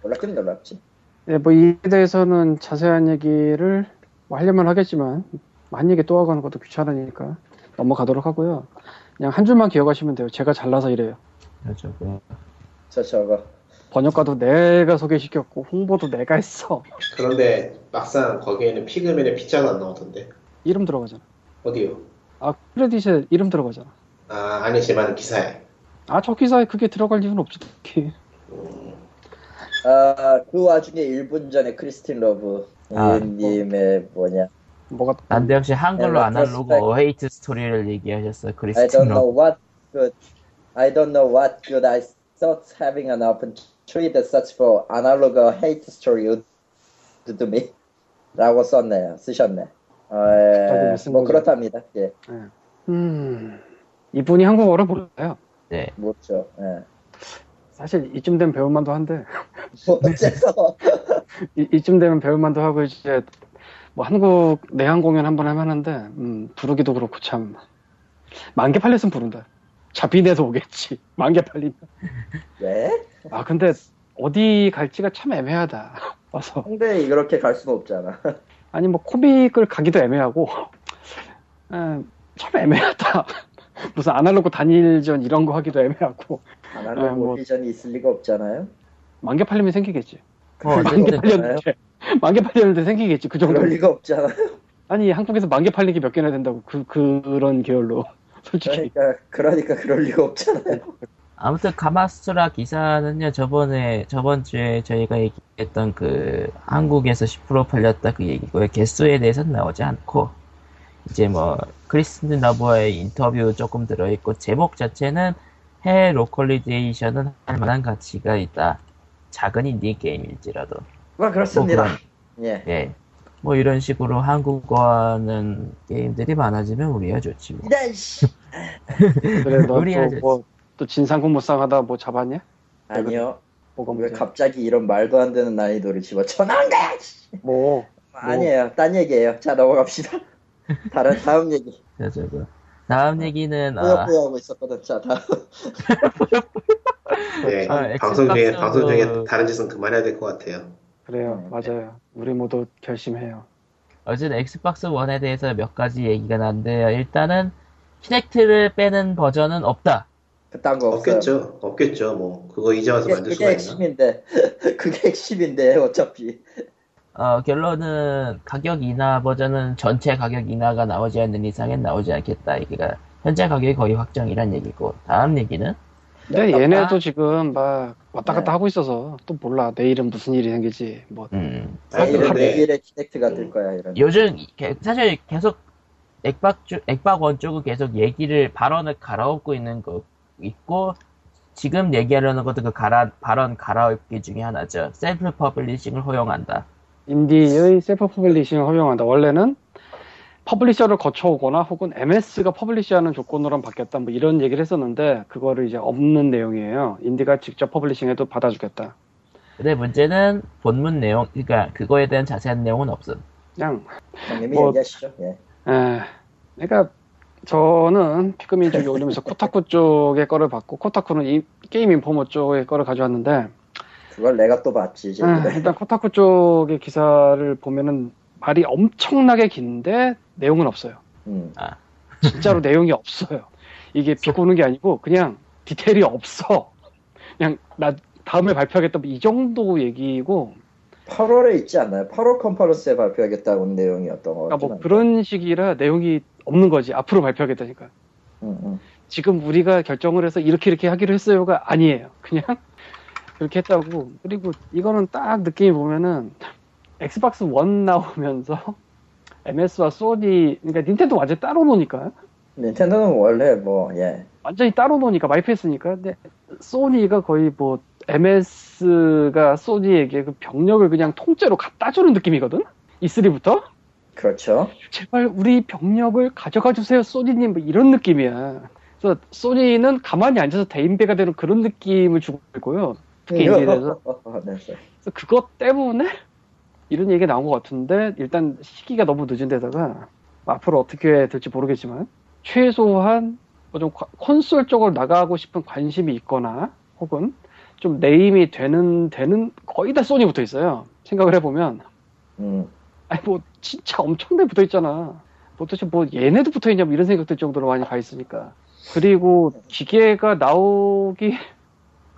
Speaker 1: 놀랍긴 놀랍지
Speaker 4: 네, 뭐 이에 대해서는 자세한 얘기를 뭐 하려면 하겠지만 한 얘기 또 하고 하는 것도 귀찮으니까 넘어가도록 하고요. 그냥 한 줄만 기억하시면 돼요. 제가 잘나서 이래요.
Speaker 2: 그렇죠. 그
Speaker 1: 저 저거
Speaker 4: 번역가도 내가 소개시켰고 홍보도 내가 했어.
Speaker 3: 그런데 막상 거기에는 피그맨의 피자가 안 나오던데
Speaker 4: 이름 들어가잖아.
Speaker 3: 어디요?
Speaker 4: 아 크레딧에 이름 들어가잖아.
Speaker 3: 아 아니 제 말은 기사에
Speaker 4: 아 저 기사에 그게 들어갈 이유는 없지 특히.
Speaker 3: 음,
Speaker 1: 아그 와중에 1분 전에 크리스틴 러브
Speaker 2: 아.
Speaker 1: 님의 뭐냐
Speaker 4: 뭐가
Speaker 2: 난데 역시 한글로
Speaker 1: 네,
Speaker 2: 아날로그
Speaker 1: 레트로스펙.
Speaker 2: 어헤이트 스토리를 얘기하셨어요,
Speaker 1: I don't
Speaker 2: 크리스틴 로.
Speaker 1: know what good I don't know what good I thoughts having an open tree that such for analog hate story would do to me. 라고 썼네요. 쓰셨네. 어, 예,
Speaker 4: 무슨
Speaker 1: 뭐
Speaker 4: 말이야.
Speaker 1: 그렇답니다. 예,
Speaker 4: 음, 이분이 한국어를 몰라요.
Speaker 2: 네.
Speaker 1: 뭐죠. 예.
Speaker 4: 사실 이쯤 되면 배울만도 한데
Speaker 1: 뭐
Speaker 4: 네.
Speaker 1: 어째서
Speaker 4: 이, 쯤 되면 배울만도 하고 이제 뭐 한국 내한 공연 한 번 하면 한데 음, 부르기도 그렇고 참 만개 팔렸으면 부른다. 잡히돼서 오겠지. 만개 팔리면.
Speaker 1: 왜?
Speaker 4: 아 근데 어디 갈지가 참 애매하다. 와서
Speaker 1: 홍대에 이렇게 갈 수는 없잖아.
Speaker 4: 아니 뭐 코믹을 가기도 애매하고 에, 참 애매하다. 무슨 아날로그 단일전 이런 거 하기도 애매하고
Speaker 1: 아날로그
Speaker 4: 아, 뭐.
Speaker 1: 오디션이 있을 리가 없잖아요. 그러니까
Speaker 4: 만개 팔리면 생기겠지.
Speaker 2: 뭐
Speaker 4: 만개
Speaker 2: 어쨌든
Speaker 4: 팔렸는데 만개 팔렸는데 생기겠지 그 정도.
Speaker 1: 그럴 리가 없잖아.
Speaker 4: 아니 한국에서 만개 팔리기 몇 개나 된다고 그 그런 계열로 솔직히
Speaker 1: 그러니까 그러니까 그럴 리가 없잖아요.
Speaker 2: 아무튼 가마스라 기사는요 저번에 저번 주에 저희가 얘기했던 그 한국에서 10% 팔렸다 그 얘기고요 개수에 대해서는 나오지 않고 이제 뭐 크리스틴 러버의 인터뷰 조금 들어있고 제목 자체는 해외 로컬리데이션은 할 만한 가치가 있다 작은 인디 게임일지라도
Speaker 1: 뭐 그렇습니다.
Speaker 2: 뭐
Speaker 1: 예.
Speaker 2: 예. 뭐 이런 식으로 한국어하는 게임들이 많아지면 우리야 좋지 뭐.
Speaker 1: 이단
Speaker 4: 네,
Speaker 1: 씨.
Speaker 4: 그래
Speaker 2: 우리 아저씨.
Speaker 4: 너또뭐또 진상공무상하다 뭐 잡았냐?
Speaker 1: 아니요.
Speaker 4: 뭐가
Speaker 1: 왜
Speaker 4: 문제야?
Speaker 1: 갑자기 이런 말도 안 되는 난이도를 집어쳐 넣은 거야? 씨.
Speaker 4: 뭐
Speaker 1: 아니에요. 딴 얘기예요. 자 넘어갑시다. 다른 다음 얘기.
Speaker 2: 그래서 그 다음 얘기는 아,
Speaker 1: 뿌여뿌여하고 있었거든. 자 다음.
Speaker 3: 네,
Speaker 2: 아,
Speaker 3: 방송 중에
Speaker 2: 엑스박스도-
Speaker 3: 방송 중에 다른 짓은 그만해야 될 것 같아요.
Speaker 4: 그래요
Speaker 1: 네.
Speaker 4: 맞아요 우리 모두 결심해요.
Speaker 2: 어제 엑스박스 1에 대해서 몇 가지 얘기가 났는데요. 일단은 키넥트를 빼는 버전은 없다.
Speaker 1: 그딴 거 없어요.
Speaker 3: 없겠죠, 없겠죠. 뭐 그거 이제 와서
Speaker 1: 그게,
Speaker 3: 만들
Speaker 1: 그게
Speaker 3: 수가 있나?
Speaker 1: 핵심인데. 그게 핵심인데 어차피.
Speaker 2: 어, 결론은 가격 인하 버전은 전체 가격 인하가 나오지 않는 이상엔 나오지 않겠다. 얘기가 현재 가격이 거의 확정이란 얘기고 다음 얘기는
Speaker 4: 근데
Speaker 2: 없다.
Speaker 4: 얘네도 지금 막 왔다 갔다
Speaker 1: 네.
Speaker 4: 하고 있어서 또 몰라 내일은 무슨 일이 생길지 뭐
Speaker 2: 음,
Speaker 3: 아니,
Speaker 1: 내일은
Speaker 3: 근데-
Speaker 1: 내일의 키넥트가 될
Speaker 3: 음.
Speaker 1: 거야 이런.
Speaker 2: 요즘 게- 사실 계속 액박 쪽- 액박원 쪽은 계속 얘기를 발언을 갈아엎고 있는 거 있고 지금 얘기하려는 것도 그 갈아- 발언 갈아엎기 중에 하나죠. 셀프 퍼블리싱을 허용한다.
Speaker 4: 인디의 셀프 퍼블리싱을 허용한다. 원래는 퍼블리셔를 거쳐오거나 혹은 MS가 퍼블리시하는 조건으로 받겠다 뭐 이런 얘기를 했었는데 그거를 이제 없는 내용이에요. 인디가 직접 퍼블리싱해도 받아주겠다.
Speaker 2: 근데 문제는 본문 내용, 그러니까 그거에 대한 자세한 내용은 없음.
Speaker 4: 그냥
Speaker 1: 형님이
Speaker 4: 뭐-
Speaker 1: 얘기하시죠. 예.
Speaker 4: 에, 그러니까 저는 피그민 쪽에 올리면서 코타쿠 쪽의 거를 받고 코타쿠는 이 게임 인포머 쪽의 거를 가져왔는데
Speaker 1: 그걸 내가 또 봤지 지금.
Speaker 4: 아, 일단 코타쿠 쪽의 기사를 보면은 말이 엄청나게 긴데 내용은 없어요.
Speaker 1: 음.
Speaker 4: 진짜로 내용이 없어요. 이게 비꼬는 게 아니고 그냥 디테일이 없어. 그냥 나 다음에 발표하겠다 뭐이 정도 얘기고
Speaker 1: 8월에 있지 않나요? 8월 컨퍼런스에 발표하겠다는 내용이었던 것
Speaker 4: 그러니까
Speaker 1: 같긴
Speaker 4: 뭐
Speaker 1: 한데.
Speaker 4: 그런 식이라 내용이 없는 거지. 앞으로 발표하겠다니까.
Speaker 1: 음, 음.
Speaker 4: 지금 우리가 결정을 해서 이렇게 이렇게 하기로 했어요가 아니에요. 그냥 그렇게 했다고. 그리고 이거는 딱 느낌이 보면은 엑스박스 1 나오면서 MS와 소니 그러니까 닌텐도 완전 히 따로 노니까
Speaker 1: 닌텐도는 원래 뭐 예.
Speaker 4: 완전히 따로 노니까 마이패스니까 근데 소니가 거의 뭐 MS가 소니에게 그 병력을 그냥 통째로 갖다 주는 느낌이거든 E3부터
Speaker 1: 그렇죠.
Speaker 4: 제발 우리 병력을 가져가 주세요 소니님 뭐 이런 느낌이야 그래서 소니는 가만히 앉아서 대인배가 되는 그런 느낌을 주고 있고요
Speaker 1: 예.
Speaker 4: 특히 인디에서
Speaker 1: 네,
Speaker 4: 그래서 그것 때문에 이런 얘기가 나온 것 같은데 일단 시기가 너무 늦은 데다가 앞으로 어떻게 될지 모르겠지만 최소한 뭐좀 과- 콘솔 쪽으로 나가고 싶은 관심이 있거나 혹은 좀 네임이 되는 되는 거의 다 소니 붙어 있어요 생각을 해보면
Speaker 1: 음.
Speaker 4: 아니 뭐 진짜 엄청나게 붙어 있잖아 도대체 뭐 얘네도 붙어 있냐 뭐 이런 생각 들 정도로 많이 가 있으니까 그리고 기계가 나오기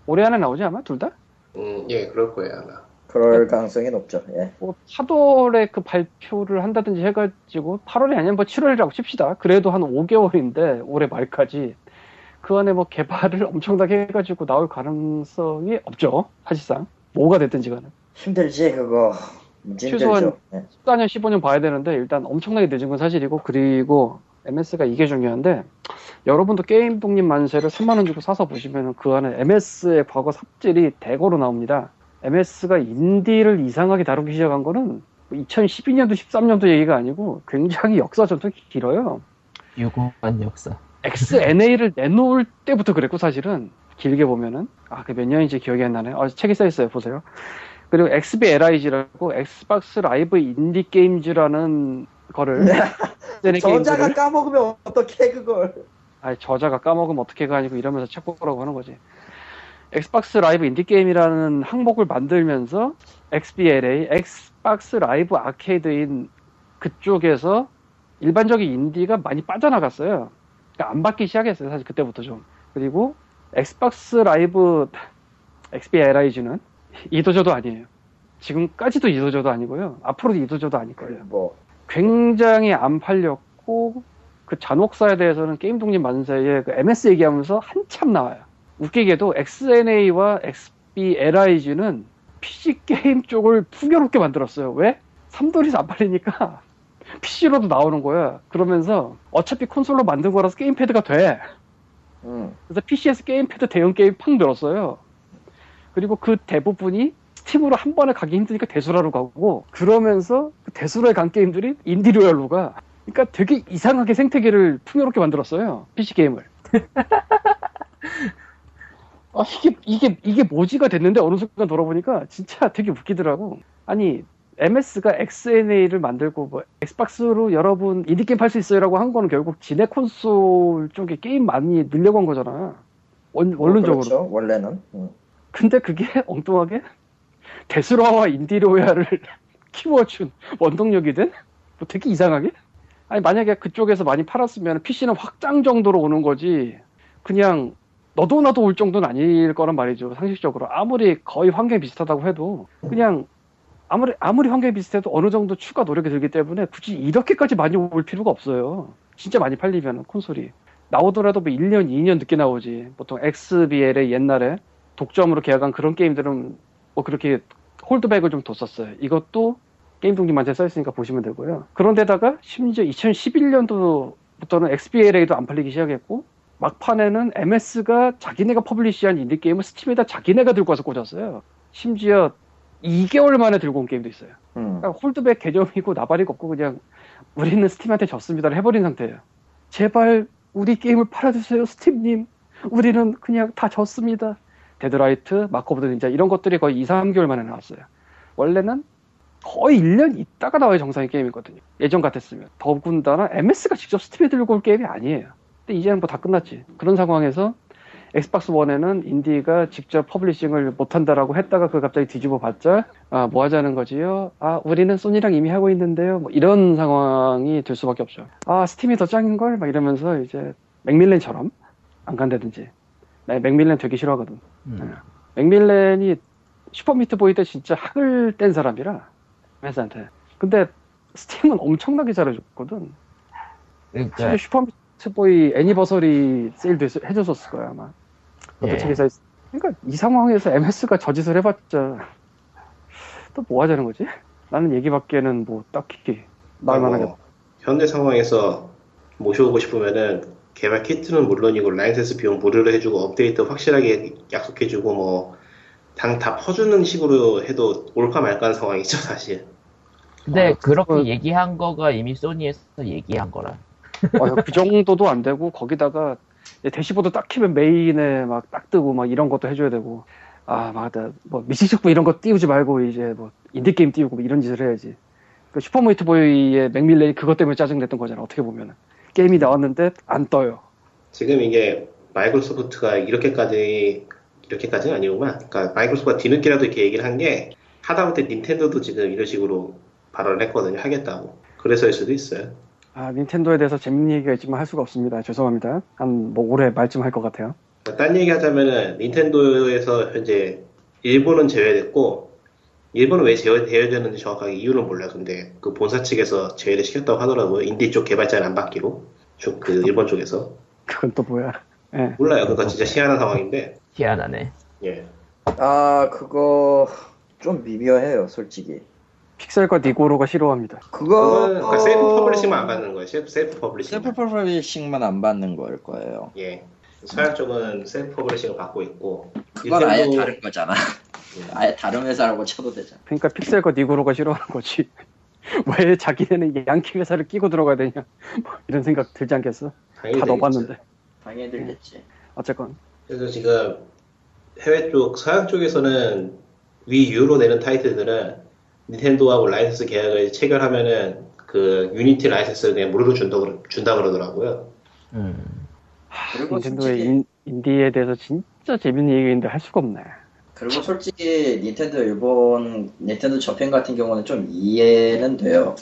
Speaker 4: 올해 안에 나오지 아마 둘 다?
Speaker 3: 음, 예, 그럴 거예요 아마.
Speaker 1: 그럴 가능성이 높죠. 예.
Speaker 4: 뭐 8월에 그 발표를 한다든지 해가지고 8월이 아니면 뭐 7월이라고 칩시다. 그래도 한 5개월인데 올해 말까지 그 안에 뭐 개발을 엄청나게 해가지고 나올 가능성이 없죠. 사실상 뭐가 됐든지 간에
Speaker 1: 힘들지 그거. 힘들죠.
Speaker 4: 최소한-
Speaker 1: 예.
Speaker 4: 14년 15년 봐야 되는데 일단 엄청나게 늦은 건 사실이고 그리고 MS가 이게 중요한데 여러분도 게임 독립 만세를 3만 원 주고 사서 보시면 그 안에 MS의 과거 삽질이 대거로 나옵니다. MS가 인디를 이상하게 다루기 시작한 거는 2012년도 13년도 얘기가 아니고 굉장히 역사 전통이 길어요.
Speaker 2: 유구한 역사.
Speaker 4: XNA를 내놓을 때부터 그랬고 사실은 길게 보면은 아 그 몇 년인지 기억이 안 나네. 아 책이 써 있어요. 보세요. 그리고 XBLIG라고 엑스박스 라이브 인디 게임즈라는 거를 XNA
Speaker 1: 네. 저자가
Speaker 4: 게임즈를-
Speaker 1: 까먹으면 어떡해 그걸
Speaker 4: 아니 저자가 까먹으면 어떻게가 아니고 이러면서 책보라고 하는 거지. 엑스박스 라이브 인디게임이라는 항목을 만들면서 XBLA, 엑스박스 라이브 아케이드인 그쪽에서 일반적인 인디가 많이 빠져나갔어요. 그러니까 안 받기 시작했어요. 사실 그때부터 좀. 그리고 엑스박스 라이브 XBLIG는 이도저도 아니에요. 지금까지도 이도저도 아니고요. 앞으로도 이도저도 아닐 거예요.
Speaker 1: 뭐
Speaker 4: 굉장히 안 팔렸고 그 잔혹사에 대해서는 게임 독립 만세의 그 MS 얘기하면서 한참 나와요. 웃기게도 XNA와 XBLIG는 PC 게임 쪽을 풍요롭게 만들었어요. 왜? 삼돌이서 안 팔리니까 PC로도 나오는 거야. 그러면서 어차피 콘솔로 만든 거라서 게임패드가 돼.
Speaker 1: 음.
Speaker 4: 그래서 PC에서 게임패드 대형 게임 팡 늘었어요. 그리고 그 대부분이 스팀으로 한 번에 가기 힘드니까 대수라로 가고 그러면서 그 대수라에 간 게임들이 인디로얄로 가. 그러니까 되게 이상하게 생태계를 풍요롭게 만들었어요. PC 게임을. 아 이게 이게 이게 뭐지가 됐는데 어느 순간 돌아보니까 진짜 되게 웃기더라고. 아니 MS가 XNA를 만들고 뭐 엑스박스로 여러분 인디 게임 팔 수 있어요라고 한 거는 결국 지네 콘솔 쪽에 게임 많이 늘려고 한 거잖아. 원, 원론적으로.
Speaker 1: 그렇죠, 원래는 음.
Speaker 4: 근데 그게 엉뚱하게 데스로아와 인디로야를 키워준 원동력이 된? 뭐 되게 이상하게? 아니 만약에 그쪽에서 많이 팔았으면 PC는 확장 정도로 오는 거지 그냥 너도 나도 올 정도는 아닐 거란 말이죠 상식적으로 아무리 거의 환경이 비슷하다고 해도 그냥 아무리 아무리 환경이 비슷해도 어느 정도 추가 노력이 들기 때문에 굳이 이렇게까지 많이 올 필요가 없어요 진짜 많이 팔리면 콘솔이 나오더라도 뭐 1년 2년 늦게 나오지 보통 XBL의 옛날에 독점으로 계약한 그런 게임들은 뭐 그렇게 홀드백을 좀 뒀었어요. 이것도 게임 독립만세 써있으니까 보시면 되고요. 그런데다가 심지어 2011년도부터는 XBLA도 안 팔리기 시작했고 막판에는 MS가 자기네가 퍼블리시한 인디 게임을 스팀에다 자기네가 들고 와서 꽂았어요. 심지어 2개월 만에 들고 온 게임도 있어요.
Speaker 1: 음.
Speaker 4: 그러니까 홀드백 개념이고 나발이가 없고 그냥 우리는 스팀한테 졌습니다를 해버린 상태예요. 제발 우리 게임을 팔아주세요 스팀님. 우리는 그냥 다 졌습니다. 데드라이트, 마크 오브 더 닌자 이런 것들이 거의 2, 3개월 만에 나왔어요. 원래는 거의 1년 있다가 나와야 정상의 게임이거든요. 예전 같았으면. 더군다나 MS가 직접 스팀에 들고 올 게임이 아니에요. 근데 이제는 뭐 다 끝났지. 그런 상황에서 엑스박스 1에는 인디가 직접 퍼블리싱을 못한다라고 했다가 그걸 갑자기 뒤집어 봤자 아, 뭐 하자는 거지요? 아, 우리는 소니랑 이미 하고 있는데요. 뭐 이런 상황이 될 수밖에 없죠. 아, 스팀이 더 짱인걸? 막 이러면서 이제 맥밀렌처럼 안 간다든지. 나 맥밀렌 되게 싫어하거든.
Speaker 2: 음.
Speaker 4: 맥밀렌이 슈퍼미트보이 때 진짜 학을 뗀 사람이라, 메스한테. 근데 스팀은 엄청나게 잘해줬거든.
Speaker 2: 그러니까
Speaker 4: 심지어 슈퍼미트보이 애니버서리 세일도 했- 해줬었을 거야, 아마.
Speaker 2: 예.
Speaker 4: 어떤 책에서 했- 그러니까 이 상황에서 MS가 저짓을 해봤자 또 뭐 하자는 거지? 나는 얘기밖에는 뭐 딱히 말만 하겠다.
Speaker 3: 뭐, 현대 상황에서 모셔오고 싶으면은 개발 키트는 물론이고 라이센스 비용 무료로 해주고 업데이트 확실하게 약속해주고 뭐 당 다 퍼주는 식으로 해도 올까 말까한 상황이죠 사실.
Speaker 2: 근데
Speaker 4: 아,
Speaker 2: 그렇게
Speaker 4: 그걸-
Speaker 2: 얘기한 거가 이미 소니에서 얘기한 거라.
Speaker 4: 어, 그 정도도 안 되고 거기다가 이제 대시보드 딱 키면 메인에 막 딱 뜨고 막 이런 것도 해줘야 되고 아 맞다 뭐 미식축구 이런 거 띄우지 말고 이제 뭐 인디 게임 띄우고 뭐 이런 짓을 해야지 그 슈퍼모이트 보이의 맥밀레이 그것 때문에 짜증 냈던 거잖아 어떻게 보면은 게임이 나왔는데 안 떠요
Speaker 3: 지금 이게 마이크로소프트가 이렇게까지 이렇게까지는 아니구만. 그러니까 마이크로소프트가 뒤늦게라도 이렇게 얘기를 한 게 하다못해 닌텐도도 지금 이런 식으로 발언을 했거든요. 하겠다고. 그래서일 수도 있어요.
Speaker 4: 아 닌텐도에 대해서 재밌는 얘기가 있지만 할 수가 없습니다 죄송합니다 한 뭐 올해 말쯤 할 것 같아요
Speaker 3: 그러니까 딴 얘기 하자면은 닌텐도에서 현재 일본은 제외됐고 일본은 왜 제외되었는지 정확하게 이유는 몰라 근데 그 본사 측에서 제외를 시켰다고 하더라고요 인디 쪽 개발자는 안 받기로 쪽- 그 일본 쪽에서
Speaker 4: 그건 또 뭐야 예
Speaker 3: 몰라요 그러니까 진짜 희한한 상황인데
Speaker 2: 희한하네.
Speaker 3: 예
Speaker 1: 아 그거 좀 미묘해요 솔직히
Speaker 4: 픽셀과 니고로가 싫어합니다.
Speaker 1: 그거
Speaker 3: 그건 그러니까 셀프 퍼블리싱만 안 받는 거예요. 셀프, 셀프 퍼블리싱.
Speaker 1: 셀프 퍼블리싱만 안 받는 걸 거예요.
Speaker 3: 예. 서양 쪽은 셀프 퍼블리싱을 받고 있고.
Speaker 1: 그건 아예
Speaker 3: 닌텐도-
Speaker 1: 다른 거잖아.
Speaker 3: 예.
Speaker 1: 아예 다른 회사라고 쳐도 되잖아.
Speaker 4: 그러니까 픽셀과 니고로가 싫어하는 거지. 왜 자기네는 양키 회사를 끼고 들어가야 되냐 뭐 이런 생각 들지 않겠어?
Speaker 3: 당연히 되겠죠.
Speaker 4: 다 넣어봤는데
Speaker 1: 당연히 들겠지.
Speaker 4: 어쨌건
Speaker 3: 그래서 지금 해외 쪽, 서양 쪽에서는 위유로 내는 타이틀들은 닌텐도하고 라이선스 계약을 체결하면은 그 유니티 라이선스를 그냥 무료로 준다, 그러- 준다 그러더라고요.
Speaker 2: 음.
Speaker 1: 그리고
Speaker 4: 닌텐도의
Speaker 1: 솔직히
Speaker 4: 인, 인디에 대해서 진짜 재밌는 얘기인데 할 수가 없네.
Speaker 1: 그리고 솔직히 닌텐도 일본 닌텐도 저편 같은 경우는 좀 이해는 돼요.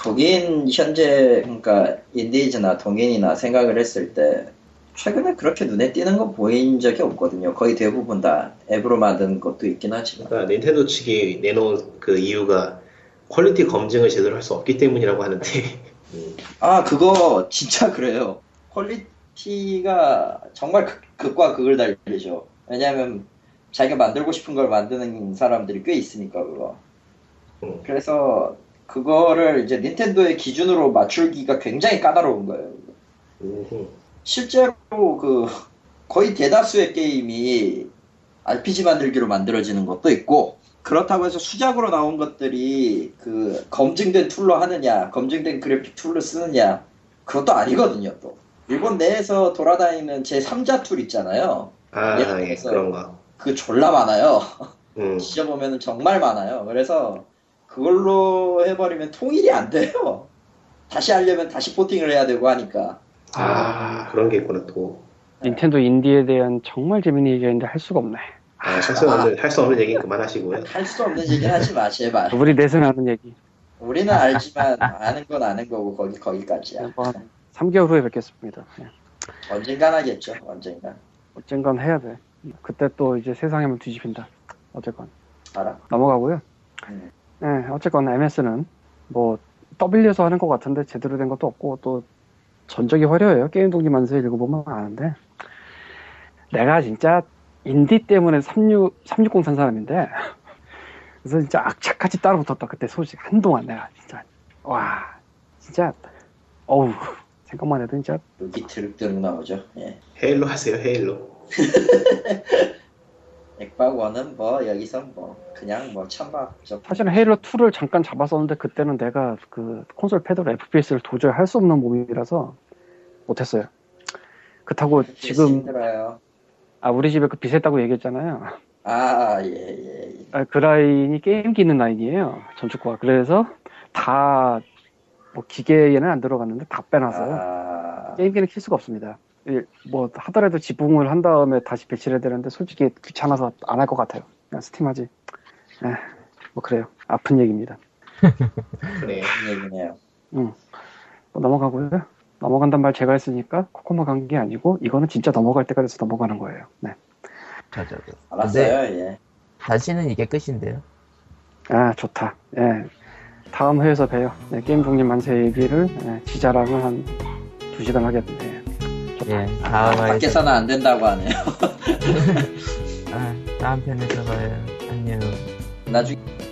Speaker 1: 독일 현재 그러니까 인디즈나 동인이나 생각을 했을 때 최근에 그렇게 눈에 띄는 건 보인 적이 없거든요. 거의 대부분 다 앱으로 만든 것도 있긴 하지만
Speaker 3: 그러니까 닌텐도 측이 내놓은 그 이유가 퀄리티 검증을 제대로 할 수 없기 때문이라고 하는데 음,
Speaker 1: 아 그거 진짜 그래요. 퀄리티가 정말 극, 극과 극을 달리죠. 왜냐하면 자기가 만들고 싶은 걸 만드는 사람들이 꽤 있으니까 그거.
Speaker 3: 음.
Speaker 1: 그래서 그거를 이제 닌텐도의 기준으로 맞추기가 굉장히 까다로운 거예요.
Speaker 3: 음,
Speaker 1: 실제로 그 거의 대다수의 게임이 RPG 만들기로 만들어지는 것도 있고 그렇다고 해서 수작으로 나온 것들이 그 검증된 툴로 하느냐 검증된 그래픽 툴로 쓰느냐 그것도 아니거든요 또 일본 내에서 돌아다니는 제 3자 툴 있잖아요
Speaker 3: 아,
Speaker 1: 예,
Speaker 3: 예,
Speaker 1: 그래서-
Speaker 3: 그런 거.
Speaker 1: 그 졸라 많아요
Speaker 3: 음,
Speaker 1: 지져보면 정말 많아요 그래서 그걸로 해버리면 통일이 안 돼요 다시 하려면 다시 포팅을 해야 되고 하니까
Speaker 3: 아, 그런 게 있구나, 또.
Speaker 4: 닌텐도 인디에 대한 정말 재밌는 얘기인데 할 수가 없네.
Speaker 3: 아, 할수 없는, 할 수 없는 얘기 그만하시고요.
Speaker 1: 할 수 없는 얘기는 하지 마 제발
Speaker 4: 우리 넷은 아는 얘기.
Speaker 1: 우리는 알지만 아는 건 아는 거고 거기 거기까지야.
Speaker 4: 한번 3개월 후에 뵙겠습니다. 예.
Speaker 1: 언젠간 하겠죠. 언젠간.
Speaker 4: 어쨌건 해야 돼. 그때 또 이제 세상이 한번 뒤집힌다. 어쨌건
Speaker 1: 알아.
Speaker 4: 넘어가고요.
Speaker 1: 음.
Speaker 4: 네, 어쨌건 MS는 뭐 떠밀려서 하는 것 같은데 제대로 된 것도 없고 또 전적이 화려해요. 게임 동기 만세 읽어보면 아는데 내가 진짜 인디 때문에 36, 36 산 사람인데 그래서 진짜 악착같이 따라붙었다 그때 솔직히 한동안 내가 진짜 와 진짜 어우 생각만 해도 진짜
Speaker 1: 여기 드륵드륵 나오죠. 예.
Speaker 3: 헤일로 하세요, 헤일로.
Speaker 1: 액박원은 뭐 여기서 뭐 그냥 뭐 찬밥 저
Speaker 4: 사실은 헤일로 2를 잠깐 잡았었는데 그때는 내가 그 콘솔 패드로 FPS를 도저히 할 수 없는 몸이라서 못했어요. 그렇다고 지금
Speaker 1: 힘들어요.
Speaker 4: 아 우리 집에 그 빚했다고 얘기했잖아요.
Speaker 1: 아 예예. 예,
Speaker 4: 아, 그 라인이 게임기 있는 라인이에요. 전축과 그래서 다 뭐 기계에는 안 들어갔는데 다 빼놨어요. 예.
Speaker 1: 아
Speaker 4: 게임기는 킬 수가 없습니다. 이- 뭐 하더라도 지붕을 한 다음에 다시 배치를 해야 되는데 솔직히 귀찮아서 안 할 것 같아요. 그냥 스팀 하지. 에, 뭐 그래요. 아픈 얘기입니다.
Speaker 3: 그래요.
Speaker 1: 무슨 얘기네요.
Speaker 4: 뭐 넘어가고요. 넘어간단 말 제가 했으니까 코코마 간 게 아니고 이거는 진짜 넘어갈 때가 돼서 넘어가는 거예요. 네.
Speaker 2: 저, 저, 저. 근데
Speaker 1: 알았어요. 예.
Speaker 2: 다시는 이게 끝인데요.
Speaker 4: 아 좋다. 예. 다음 회에서 봬요. 네, 게임 독립 만세 얘기를 예, 지자랑을 한 두 시간 하겠는데
Speaker 2: 예, 다음 화에
Speaker 1: 아, 밖에서는 안 된다고 하네요.
Speaker 2: 아, 다음 편에서 봐요. 안녕.
Speaker 1: 나중에